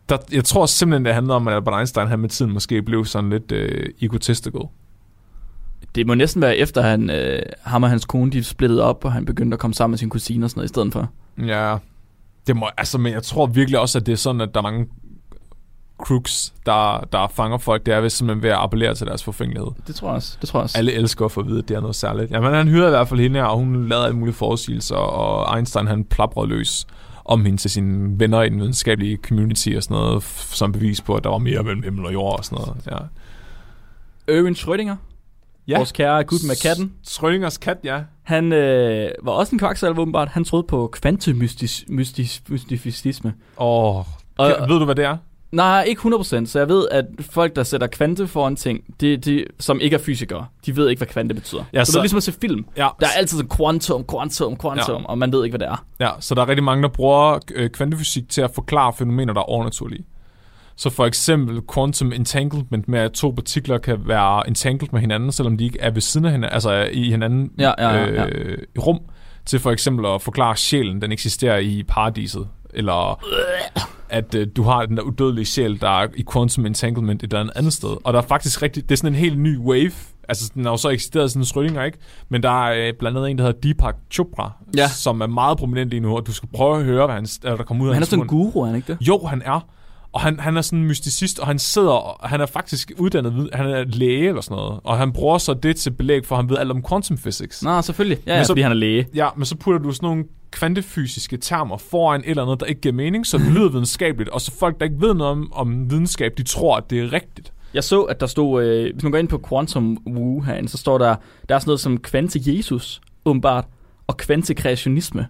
S2: der, jeg tror simpelthen, det handler om, at Albert Einstein han med tiden måske blev sådan lidt øh, egotistical.
S3: Det må næsten være efter, han, øh, ham og hans kone, de splittede op, og han begyndte at komme sammen med sin kusine og sådan noget i stedet for.
S2: Ja, det må, altså, men jeg tror virkelig også, at det er sådan, at der er mange crooks, der, der fanger folk, det er ved, simpelthen ved at appellere til deres forfængelighed.
S3: Det tror jeg også. Det tror jeg også.
S2: Alle elsker at få at vide, at det er noget særligt. Jamen, han hyrede i hvert fald hende her, og hun lavede alle mulige forudsigelser, og Einstein han plaprede løs om hende til sine venner i den videnskabelige community og sådan noget, f- som bevis på, at der var mere mellem himmel og jord og sådan noget. Ja.
S3: Erwin Schrödinger, ja. vores kære gut med katten,
S2: Schrödingers kat, ja.
S3: han øh, var også en kvaksalve åbenbart. Han troede på kvantemystifistisme.
S2: Åh, oh,
S3: Og,
S2: ved du, hvad det er?
S3: nej, ikke 100%, så jeg ved, at folk, der sætter kvante foran ting, de, de, som ikke er fysikere, de ved ikke, hvad kvante betyder.
S2: Ja,
S3: Ja, så,
S2: så-
S3: det er ligesom at se film.
S2: Ja,
S3: Der er altid sådan quantum, quantum, quantum, ja. og man ved ikke, hvad det er.
S2: ja, så der er rigtig mange, der bruger øh, kvantefysik til at forklare fænomener, der er overnaturlige. Så for eksempel quantum entanglement med, at to partikler kan være entangled med hinanden, selvom de ikke er ved siden af hinanden, altså er i hinanden
S3: Ja, ja, ja,
S2: øh, i rum, til for eksempel at forklare sjælen, den eksisterer i paradiset, eller at øh, du har den der udødelige sjæl, der er i quantum entanglement et eller andet andet sted. Og der er faktisk rigtig, det er sådan en helt ny wave, altså den har jo så eksisteret siden Schrödinger, ikke? Men der er øh, blandt andet en, der hedder Deepak Chopra,
S3: Ja.
S2: som er meget prominent lige nu, og du skal prøve at høre, hvad han, der kommer ud af
S3: Men han er
S2: hans
S3: sådan en
S2: mund.
S3: guru, er han ikke det?
S2: Jo, han er. Og han, han er sådan en mysticist, og han sidder, og han er faktisk uddannet, vid- han er læge eller sådan noget. Og han bruger så det til belæg for, at han ved alt om quantum physics.
S3: Nå, selvfølgelig. Ja, ja
S2: Men så-
S3: fordi han er læge.
S2: Ja, men så putter du sådan nogle kvantefysiske termer foran et eller andet, der ikke giver mening, så det lyder videnskabeligt, og så folk, der ikke ved noget om, om videnskab, de tror, at det er rigtigt.
S3: Jeg så, at der stod, øh, hvis man går ind på Quantum Woo herinde, så står der, der er sådan noget som kvante Jesus, åbenbart, og kvante kreationisme.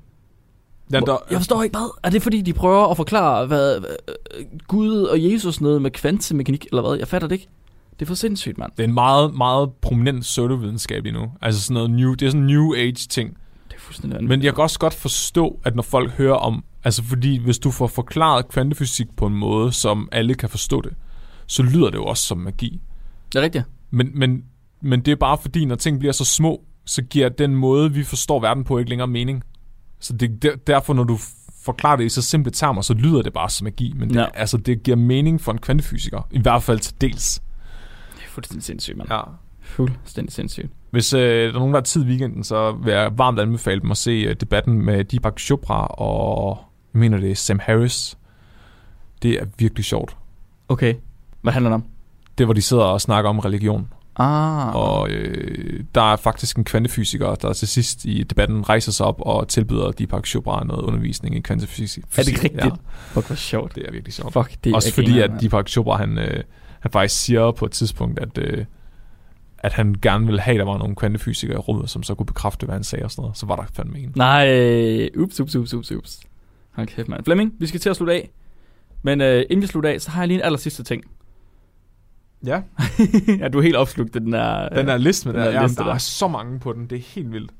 S2: Ja, der,
S3: Jeg forstår ikke, hvad? Er det fordi, de prøver at forklare, hvad, hvad øh, Gud og Jesus noget med kvantemekanik, eller hvad? Jeg fatter det ikke. Det er for sindssygt, mand.
S2: det er en meget, meget prominent pseudovidenskab lige nu. Altså sådan noget new, det er sådan en new age ting.
S3: Det er fuldstændig andet.
S2: Men jeg kan også godt forstå, at når folk hører om... Altså fordi, hvis du får forklaret kvantefysik på en måde, som alle kan forstå det, så lyder det jo også som magi.
S3: Det er rigtigt.
S2: Men, men, men det er bare fordi, når ting bliver så små, så giver den måde, vi forstår verden på, ikke længere mening. Så det, der, derfor, når du forklarer det i så simple termer, så lyder det bare som magi. Men det,
S3: Ja.
S2: altså, det giver mening for en kvantefysiker. I hvert fald til dels.
S3: Det er fuldstændig sindssygt, mand.
S2: Ja.
S3: Fuldstændig sindssygt.
S2: Hvis øh, der er nogen, der har tid i weekenden, så vil jeg varmt anbefale dem at se øh, debatten med Deepak Chopra og, jeg mener det, er Sam Harris. Det er virkelig sjovt.
S3: Okay. Hvad handler det om?
S2: Det, hvor de sidder og snakker om religion.
S3: Ah,
S2: Og øh, der er faktisk en kvantefysiker, der til sidst i debatten rejser sig op og tilbyder Deepak Chopra noget undervisning i kvantefysik.
S3: er det rigtigt?
S2: Ja,
S3: Fuck, hvor sjovt.
S2: det er virkelig sjovt.
S3: Fuck, det er
S2: Også fordi,
S3: grineren,
S2: at
S3: mand.
S2: Deepak Chopra, han, øh, han faktisk siger på et tidspunkt, at, øh, at han gerne ville have, at der var nogle kvantefysikere i rummet, som så kunne bekræfte, hvad han sagde og sådan noget. Så var der fandme en.
S3: Nej, ups, ups, ups, ups, ups. Hold kæft, mand. Flemming, vi skal til at slutte af. Men øh, inden vi slutter af, så har jeg lige en aller sidste ting.
S2: Ja,
S3: ja, du er helt opslugt af den der... Øh.
S2: den der liste med
S3: den
S2: der,
S3: der
S2: ja,
S3: liste
S2: der,
S3: der.
S2: er så mange på den. Det er helt vildt.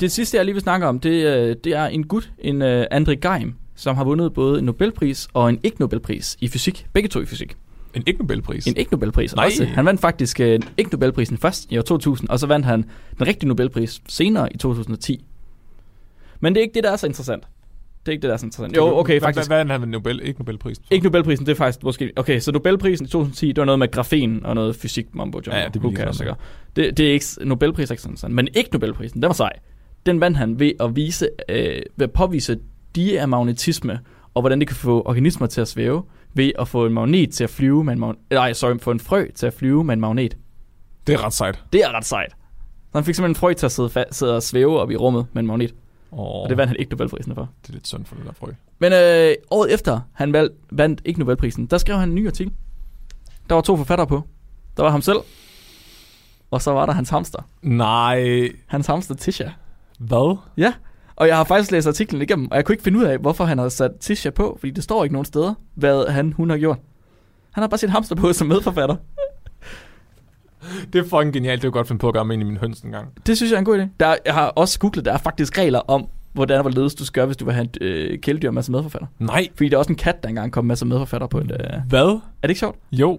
S3: Det sidste, jeg lige vil snakke om, det, øh, det er en gut, en øh, André Geim, som har vundet både en Nobelpris og en ikke-Nobelpris i fysik. Begge to i fysik.
S2: En ikke Nobelpris.
S3: En ikke-Nobelpris
S2: Nej.
S3: også. Han vandt faktisk øh, ikke-Nobelprisen først i år 2000, og så vandt han den rigtige Nobelpris senere i 2010. Men det er ikke det, der er så interessant. Det er ikke det, der er så interessant. Jo, okay,
S2: Hvad-
S3: faktisk.
S2: Hvad, hvad er det, Nobel, ikke Nobelprisen?
S3: Ikke Nobelprisen, det er faktisk måske... Okay, så Nobelprisen i 2010, det var noget med grafen og noget fysik mambo jumbo.
S2: Ja, ja, det er
S3: Who
S2: lige
S3: cares,
S2: sådan
S3: ikke? det, det er ikke... Nobelpris er ikke sådan, sådan. Men ikke Nobelprisen, den var sej. Den vandt han ved at, vise, øh, ved at påvise diamagnetisme, og hvordan det kan få organismer til at svæve, ved at få en magnet til at flyve med en magnet... Nej, sorry, få en frø til at flyve med en magnet.
S2: Det er ret sejt.
S3: Det er ret sejt. Så han fik simpelthen en frø til at sidde, fa- sidde og svæve op i rummet med en magnet.
S2: Oh,
S3: Og det vandt han ikke Nobelprisen for.
S2: det er lidt synd for det der frø.
S3: Men øh, året efter han valg, vandt ikke Nobelprisen, der skrev han en ny artikel. Der var to forfattere på. Der var ham selv, og så var der hans hamster.
S2: Nej,
S3: Hans hamster Tisha.
S2: hvad?
S3: Ja, og jeg har faktisk læst artiklen igennem, og jeg kunne ikke finde ud af, hvorfor han havde sat Tisha på, fordi det står ikke nogen steder, hvad han, hun har gjort. Han har bare sit hamster på som medforfatter.
S2: Det er fucking genialt. Det er godt finde på at gøre med en i min høns en gang.
S3: Det synes jeg er en god idé. Der, er- jeg har også googlet, der er faktisk regler om, hvordan og hvorledes du skal gøre, hvis du vil have et øh, kæledyr med som medforfatter.
S2: Nej,
S3: Fordi der er også en kat, der engang kom med som medforfatter på en... Øh. Er
S2: hvad?
S3: det ikke sjovt?
S2: Jo,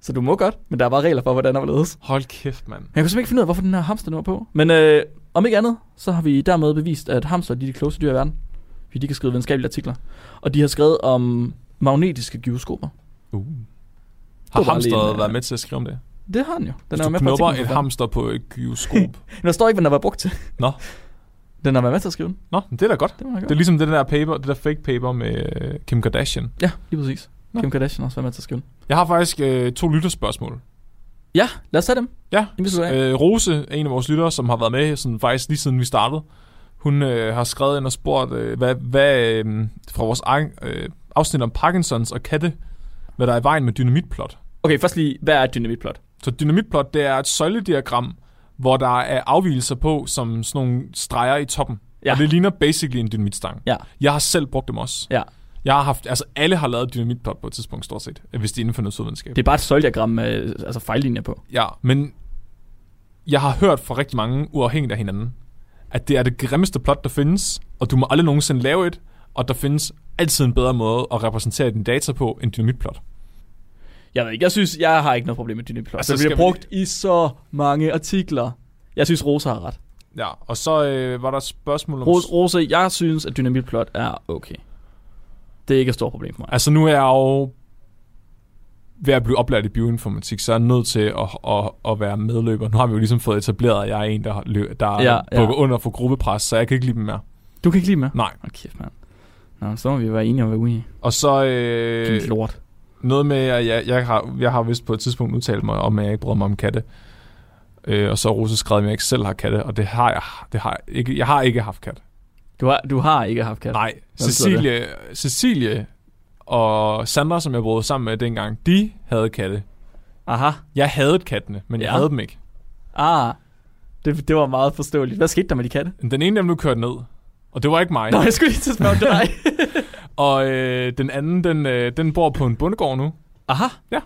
S2: så
S3: Så du må godt, men der er bare regler for, hvordan og hvorledes.
S2: hold kæft, mand.
S3: Men Jeg kunne simpelthen ikke finde ud af, hvorfor den her hamster nu er på. Men øh, om ikke andet, så har vi dermed bevist, at hamster de er de klogeste dyr i verden. Fordi de kan skrive videnskabelige artikler. Og de har skrevet om magnetiske gyroskoper.
S2: Uh.
S3: var
S2: Har
S3: bare lige
S2: hamsteret
S3: en,
S2: været
S3: øh,
S2: med til at skrive om det?
S3: Det har den jo. Den
S2: Hvis
S3: er jo
S2: du
S3: med på
S2: knupper
S3: artiklen,
S2: et
S3: for fanden.
S2: hamster på et gyroskop.
S3: Men Der står ikke, hvad den var brugt til.
S2: Nå.
S3: Den har været med til at skrive den.
S2: Nå, men det er da godt.
S3: Det må jeg
S2: Det er ligesom det der paper, det der fake paper med øh, Kim Kardashian.
S3: Ja, lige præcis.
S2: Nå.
S3: Kim Kardashian har også været med til at skrive den.
S2: Jeg har faktisk øh, to lytterspørgsmål.
S3: Ja, lad os tage dem.
S2: Ja,
S3: Jamen, så er
S2: øh, Rose, en af vores lyttere, som har været med sådan, faktisk lige siden vi startede, hun øh, har skrevet ind og spurgt, øh, hvad, hvad øh, fra vores egen, øh, afsnit om Parkinsons og katte, hvad der er i vejen med dynamitplot.
S3: Okay, først lige, hvad er et dynamitplot?
S2: Så dynamitplot, det er et søjlediagram, hvor der er afvielser på, som sådan nogle streger i toppen.
S3: Ja.
S2: Ja. Og det ligner basically en dynamitstang.
S3: Ja.
S2: Jeg har selv brugt dem også.
S3: Ja.
S2: Jeg har haft, altså alle har lavet dynamitplot på et tidspunkt stort set, øh, hvis det er inden for naturvidenskab.
S3: Det er bare et søjldiagram med altså fejllinjer på.
S2: Ja, men jeg har hørt fra rigtig mange uafhængigt af hinanden, at det er det grimmeste plot, der findes, og du må aldrig nogensinde lave et, og der findes altid en bedre måde at repræsentere dine data på end dynamitplot.
S3: Jeg ved ikke, jeg synes, jeg har ikke noget problem med dynamitplot.
S2: Altså,
S3: Altså, det bliver
S2: skal vi-
S3: brugt i så mange artikler. Jeg synes, Rosa har ret.
S2: Ja, og så øh, var der et spørgsmål om...
S3: Rose, Rose, jeg synes, at dynamitplot er okay. Det er ikke et stort problem for mig.
S2: Altså nu er jeg jo ved at blive oplært i bioinformatik, så er jeg nødt til at, at, at være medløber. Nu har vi jo ligesom fået etableret, at jeg er en, der, lø- der
S3: Ja,
S2: ja, ja.
S3: ja.
S2: bukker under for gruppepres, så jeg kan ikke lide dem mere.
S3: Du kan ikke lide med?
S2: Nej.
S3: Åh, kæft, mand. Nå, så må vi være enige om, hvad vi er.
S2: Og så
S3: Det
S2: øh,
S3: er lort.
S2: noget med, at jeg, jeg, har, jeg har vist på et tidspunkt udtalt mig om, at jeg ikke bryder mig om katte. Øh, og så har Rosa skrevet, at jeg ikke selv har katte, og det har jeg, det har jeg ikke. Jeg har ikke haft kat.
S3: Du har, du har ikke haft kat.
S2: Nej,
S3: betyder det?
S2: Cecilie, Cecilie og Sandra, som jeg boede sammen med dengang, de havde katte.
S3: Aha.
S2: Jeg havde kattene, men ja.
S3: Ja.
S2: jeg havde dem ikke.
S3: Ah. Det, det var meget forståeligt. Hvad skete der med de katte?
S2: Den ene af dem nu kørt ned, og det var ikke mig.
S3: Nå, jeg skulle lige til at spørge om det er dig.
S2: Og øh, den anden, den, øh, den bor på en bondegård nu.
S3: Aha.
S2: Ja.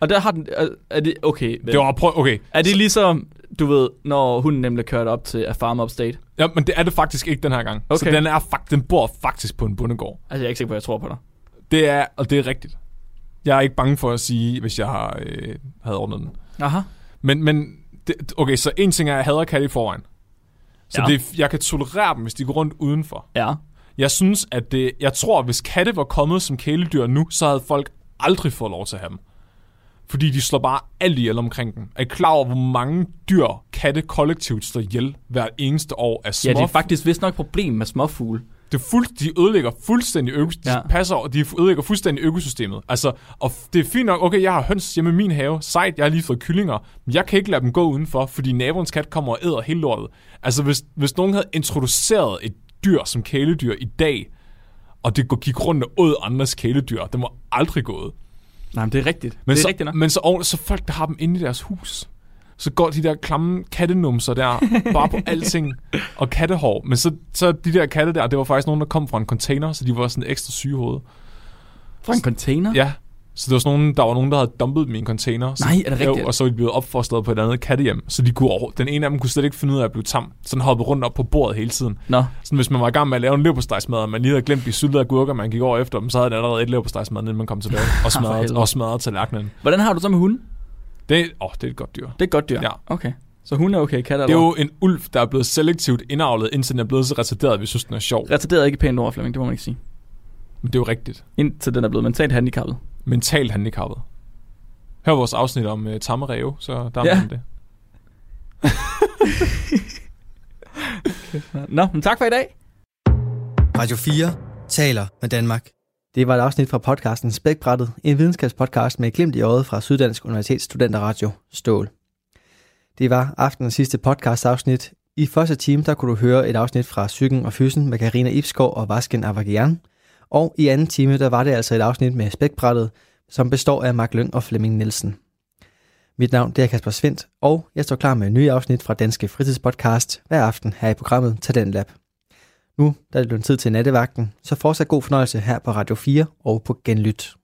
S3: Og der har den... Er, er det... Okay.
S2: Det var prøv, okay.
S3: Er det ligesom, du ved, når hun nemlig kørte op til A Farm Upstate?
S2: Ja, men det er det faktisk ikke den her gang. Okay. Så
S3: Okay.
S2: den, er, fakt- den bor faktisk på en bondegård.
S3: Altså, jeg er ikke sikker på, at jeg tror på dig.
S2: Det er, og det er rigtigt. Jeg er ikke bange for at sige, hvis jeg har, øh, havde ordnet den.
S3: Aha.
S2: Men, men det, okay, så en ting er, at jeg hader katte i forvejen. Så
S3: Ja.
S2: ja. det, jeg kan tolerere dem, hvis de går rundt udenfor.
S3: Ja.
S2: Jeg synes, at det, jeg tror, at hvis katte var kommet som kæledyr nu, så havde folk aldrig fået lov til at have dem. Fordi de slår bare alt ihjel omkring dem. Er I klar over, hvor mange dyr katte kollektivt slår ihjel hvert eneste år af små?
S3: Ja, det er faktisk vist nok et problem med småfugle.
S2: det er fuld, de ødelægger fuldstændig økos-
S3: Ja.
S2: ja. de passer over, de ødelægger fuldstændig økosystemet. Altså, og f- det er fint nok, okay, jeg har høns hjemme i min have, sejt, jeg har lige fået kyllinger, men jeg kan ikke lade dem gå udenfor, fordi naboens kat kommer og æder hele lortet. Altså, hvis, hvis nogen havde introduceret et dyr som kæledyr i dag, og det gå- gik rundt og åd andres kæledyr, det må aldrig gået.
S3: Nej, men det er rigtigt.
S2: Men
S3: det er
S2: så,
S3: rigtigt nok.
S2: Men så, oven, så folk, der har dem inde i deres hus, så går de der klamme kattenumser der, bare på alting, og kattehår. Men så, så de der katte der, det var faktisk nogen, der kom fra en container, så de var sådan ekstra syge i hovedet.
S3: Fra en container?
S2: Ja, så det var sådan nogen, der var nogen, der havde dumpet dem i en container. Så,
S3: Nej, er det rigtigt?
S2: Jo, og så var de blevet opfostret på et andet kattehjem, så de kunne, over- den ene af dem kunne slet ikke finde ud af at blive tam. Så den hoppede rundt op på bordet hele tiden.
S3: Nå.
S2: Sådan, hvis man var i gang med at lave en leverpostejsmad, og man lige havde glemt de syltede agurker, man gik over efter dem, så havde den allerede et leverpostejsmad, inden man kom tilbage og smadrede,
S3: helvede.
S2: og smadrede tallerkenen.
S3: Hvordan har du så med hunden?
S2: Det, åh, det er et godt dyr.
S3: Det er et godt dyr.
S2: Ja.
S3: Okay. Så hun er okay, katter
S2: Det er jo en ulv, der er blevet selektivt indavlet, indtil den er blevet så retarderet, at vi synes, den er sjov.
S3: Retarderet er ikke et pænt ord, Flemming, det må man ikke sige.
S2: Men det er jo rigtigt.
S3: Indtil den er blevet mentalt handicappet.
S2: Mentalt handicappet. Hør vores afsnit om uh, tamme ræve, så der er
S3: Ja.
S2: ja. det.
S3: Nå, men tak for i dag.
S1: Radio 4 taler med Danmark. Det var et afsnit fra podcasten Spækbrættet, en videnskabspodcast med et glimt i øjet fra Syddansk Universitets Studenterradio Stål. Det var aftenens sidste podcastafsnit I første time, der kunne du høre et afsnit fra Psyken og Fysen med Karina Ibskov og Vasken Avagian. Og i anden time, der var det altså et afsnit med Spækbrættet, som består af Mark Løn og Flemming Nielsen. Mit navn det er Kasper Svendt, og jeg står klar med nye afsnit fra Danske Fritidspodcast hver aften her i programmet Talent Lab. Nu der er det blevet tid til nattevagten, så fortsat god fornøjelse her på Radio 4 og på Genlyt.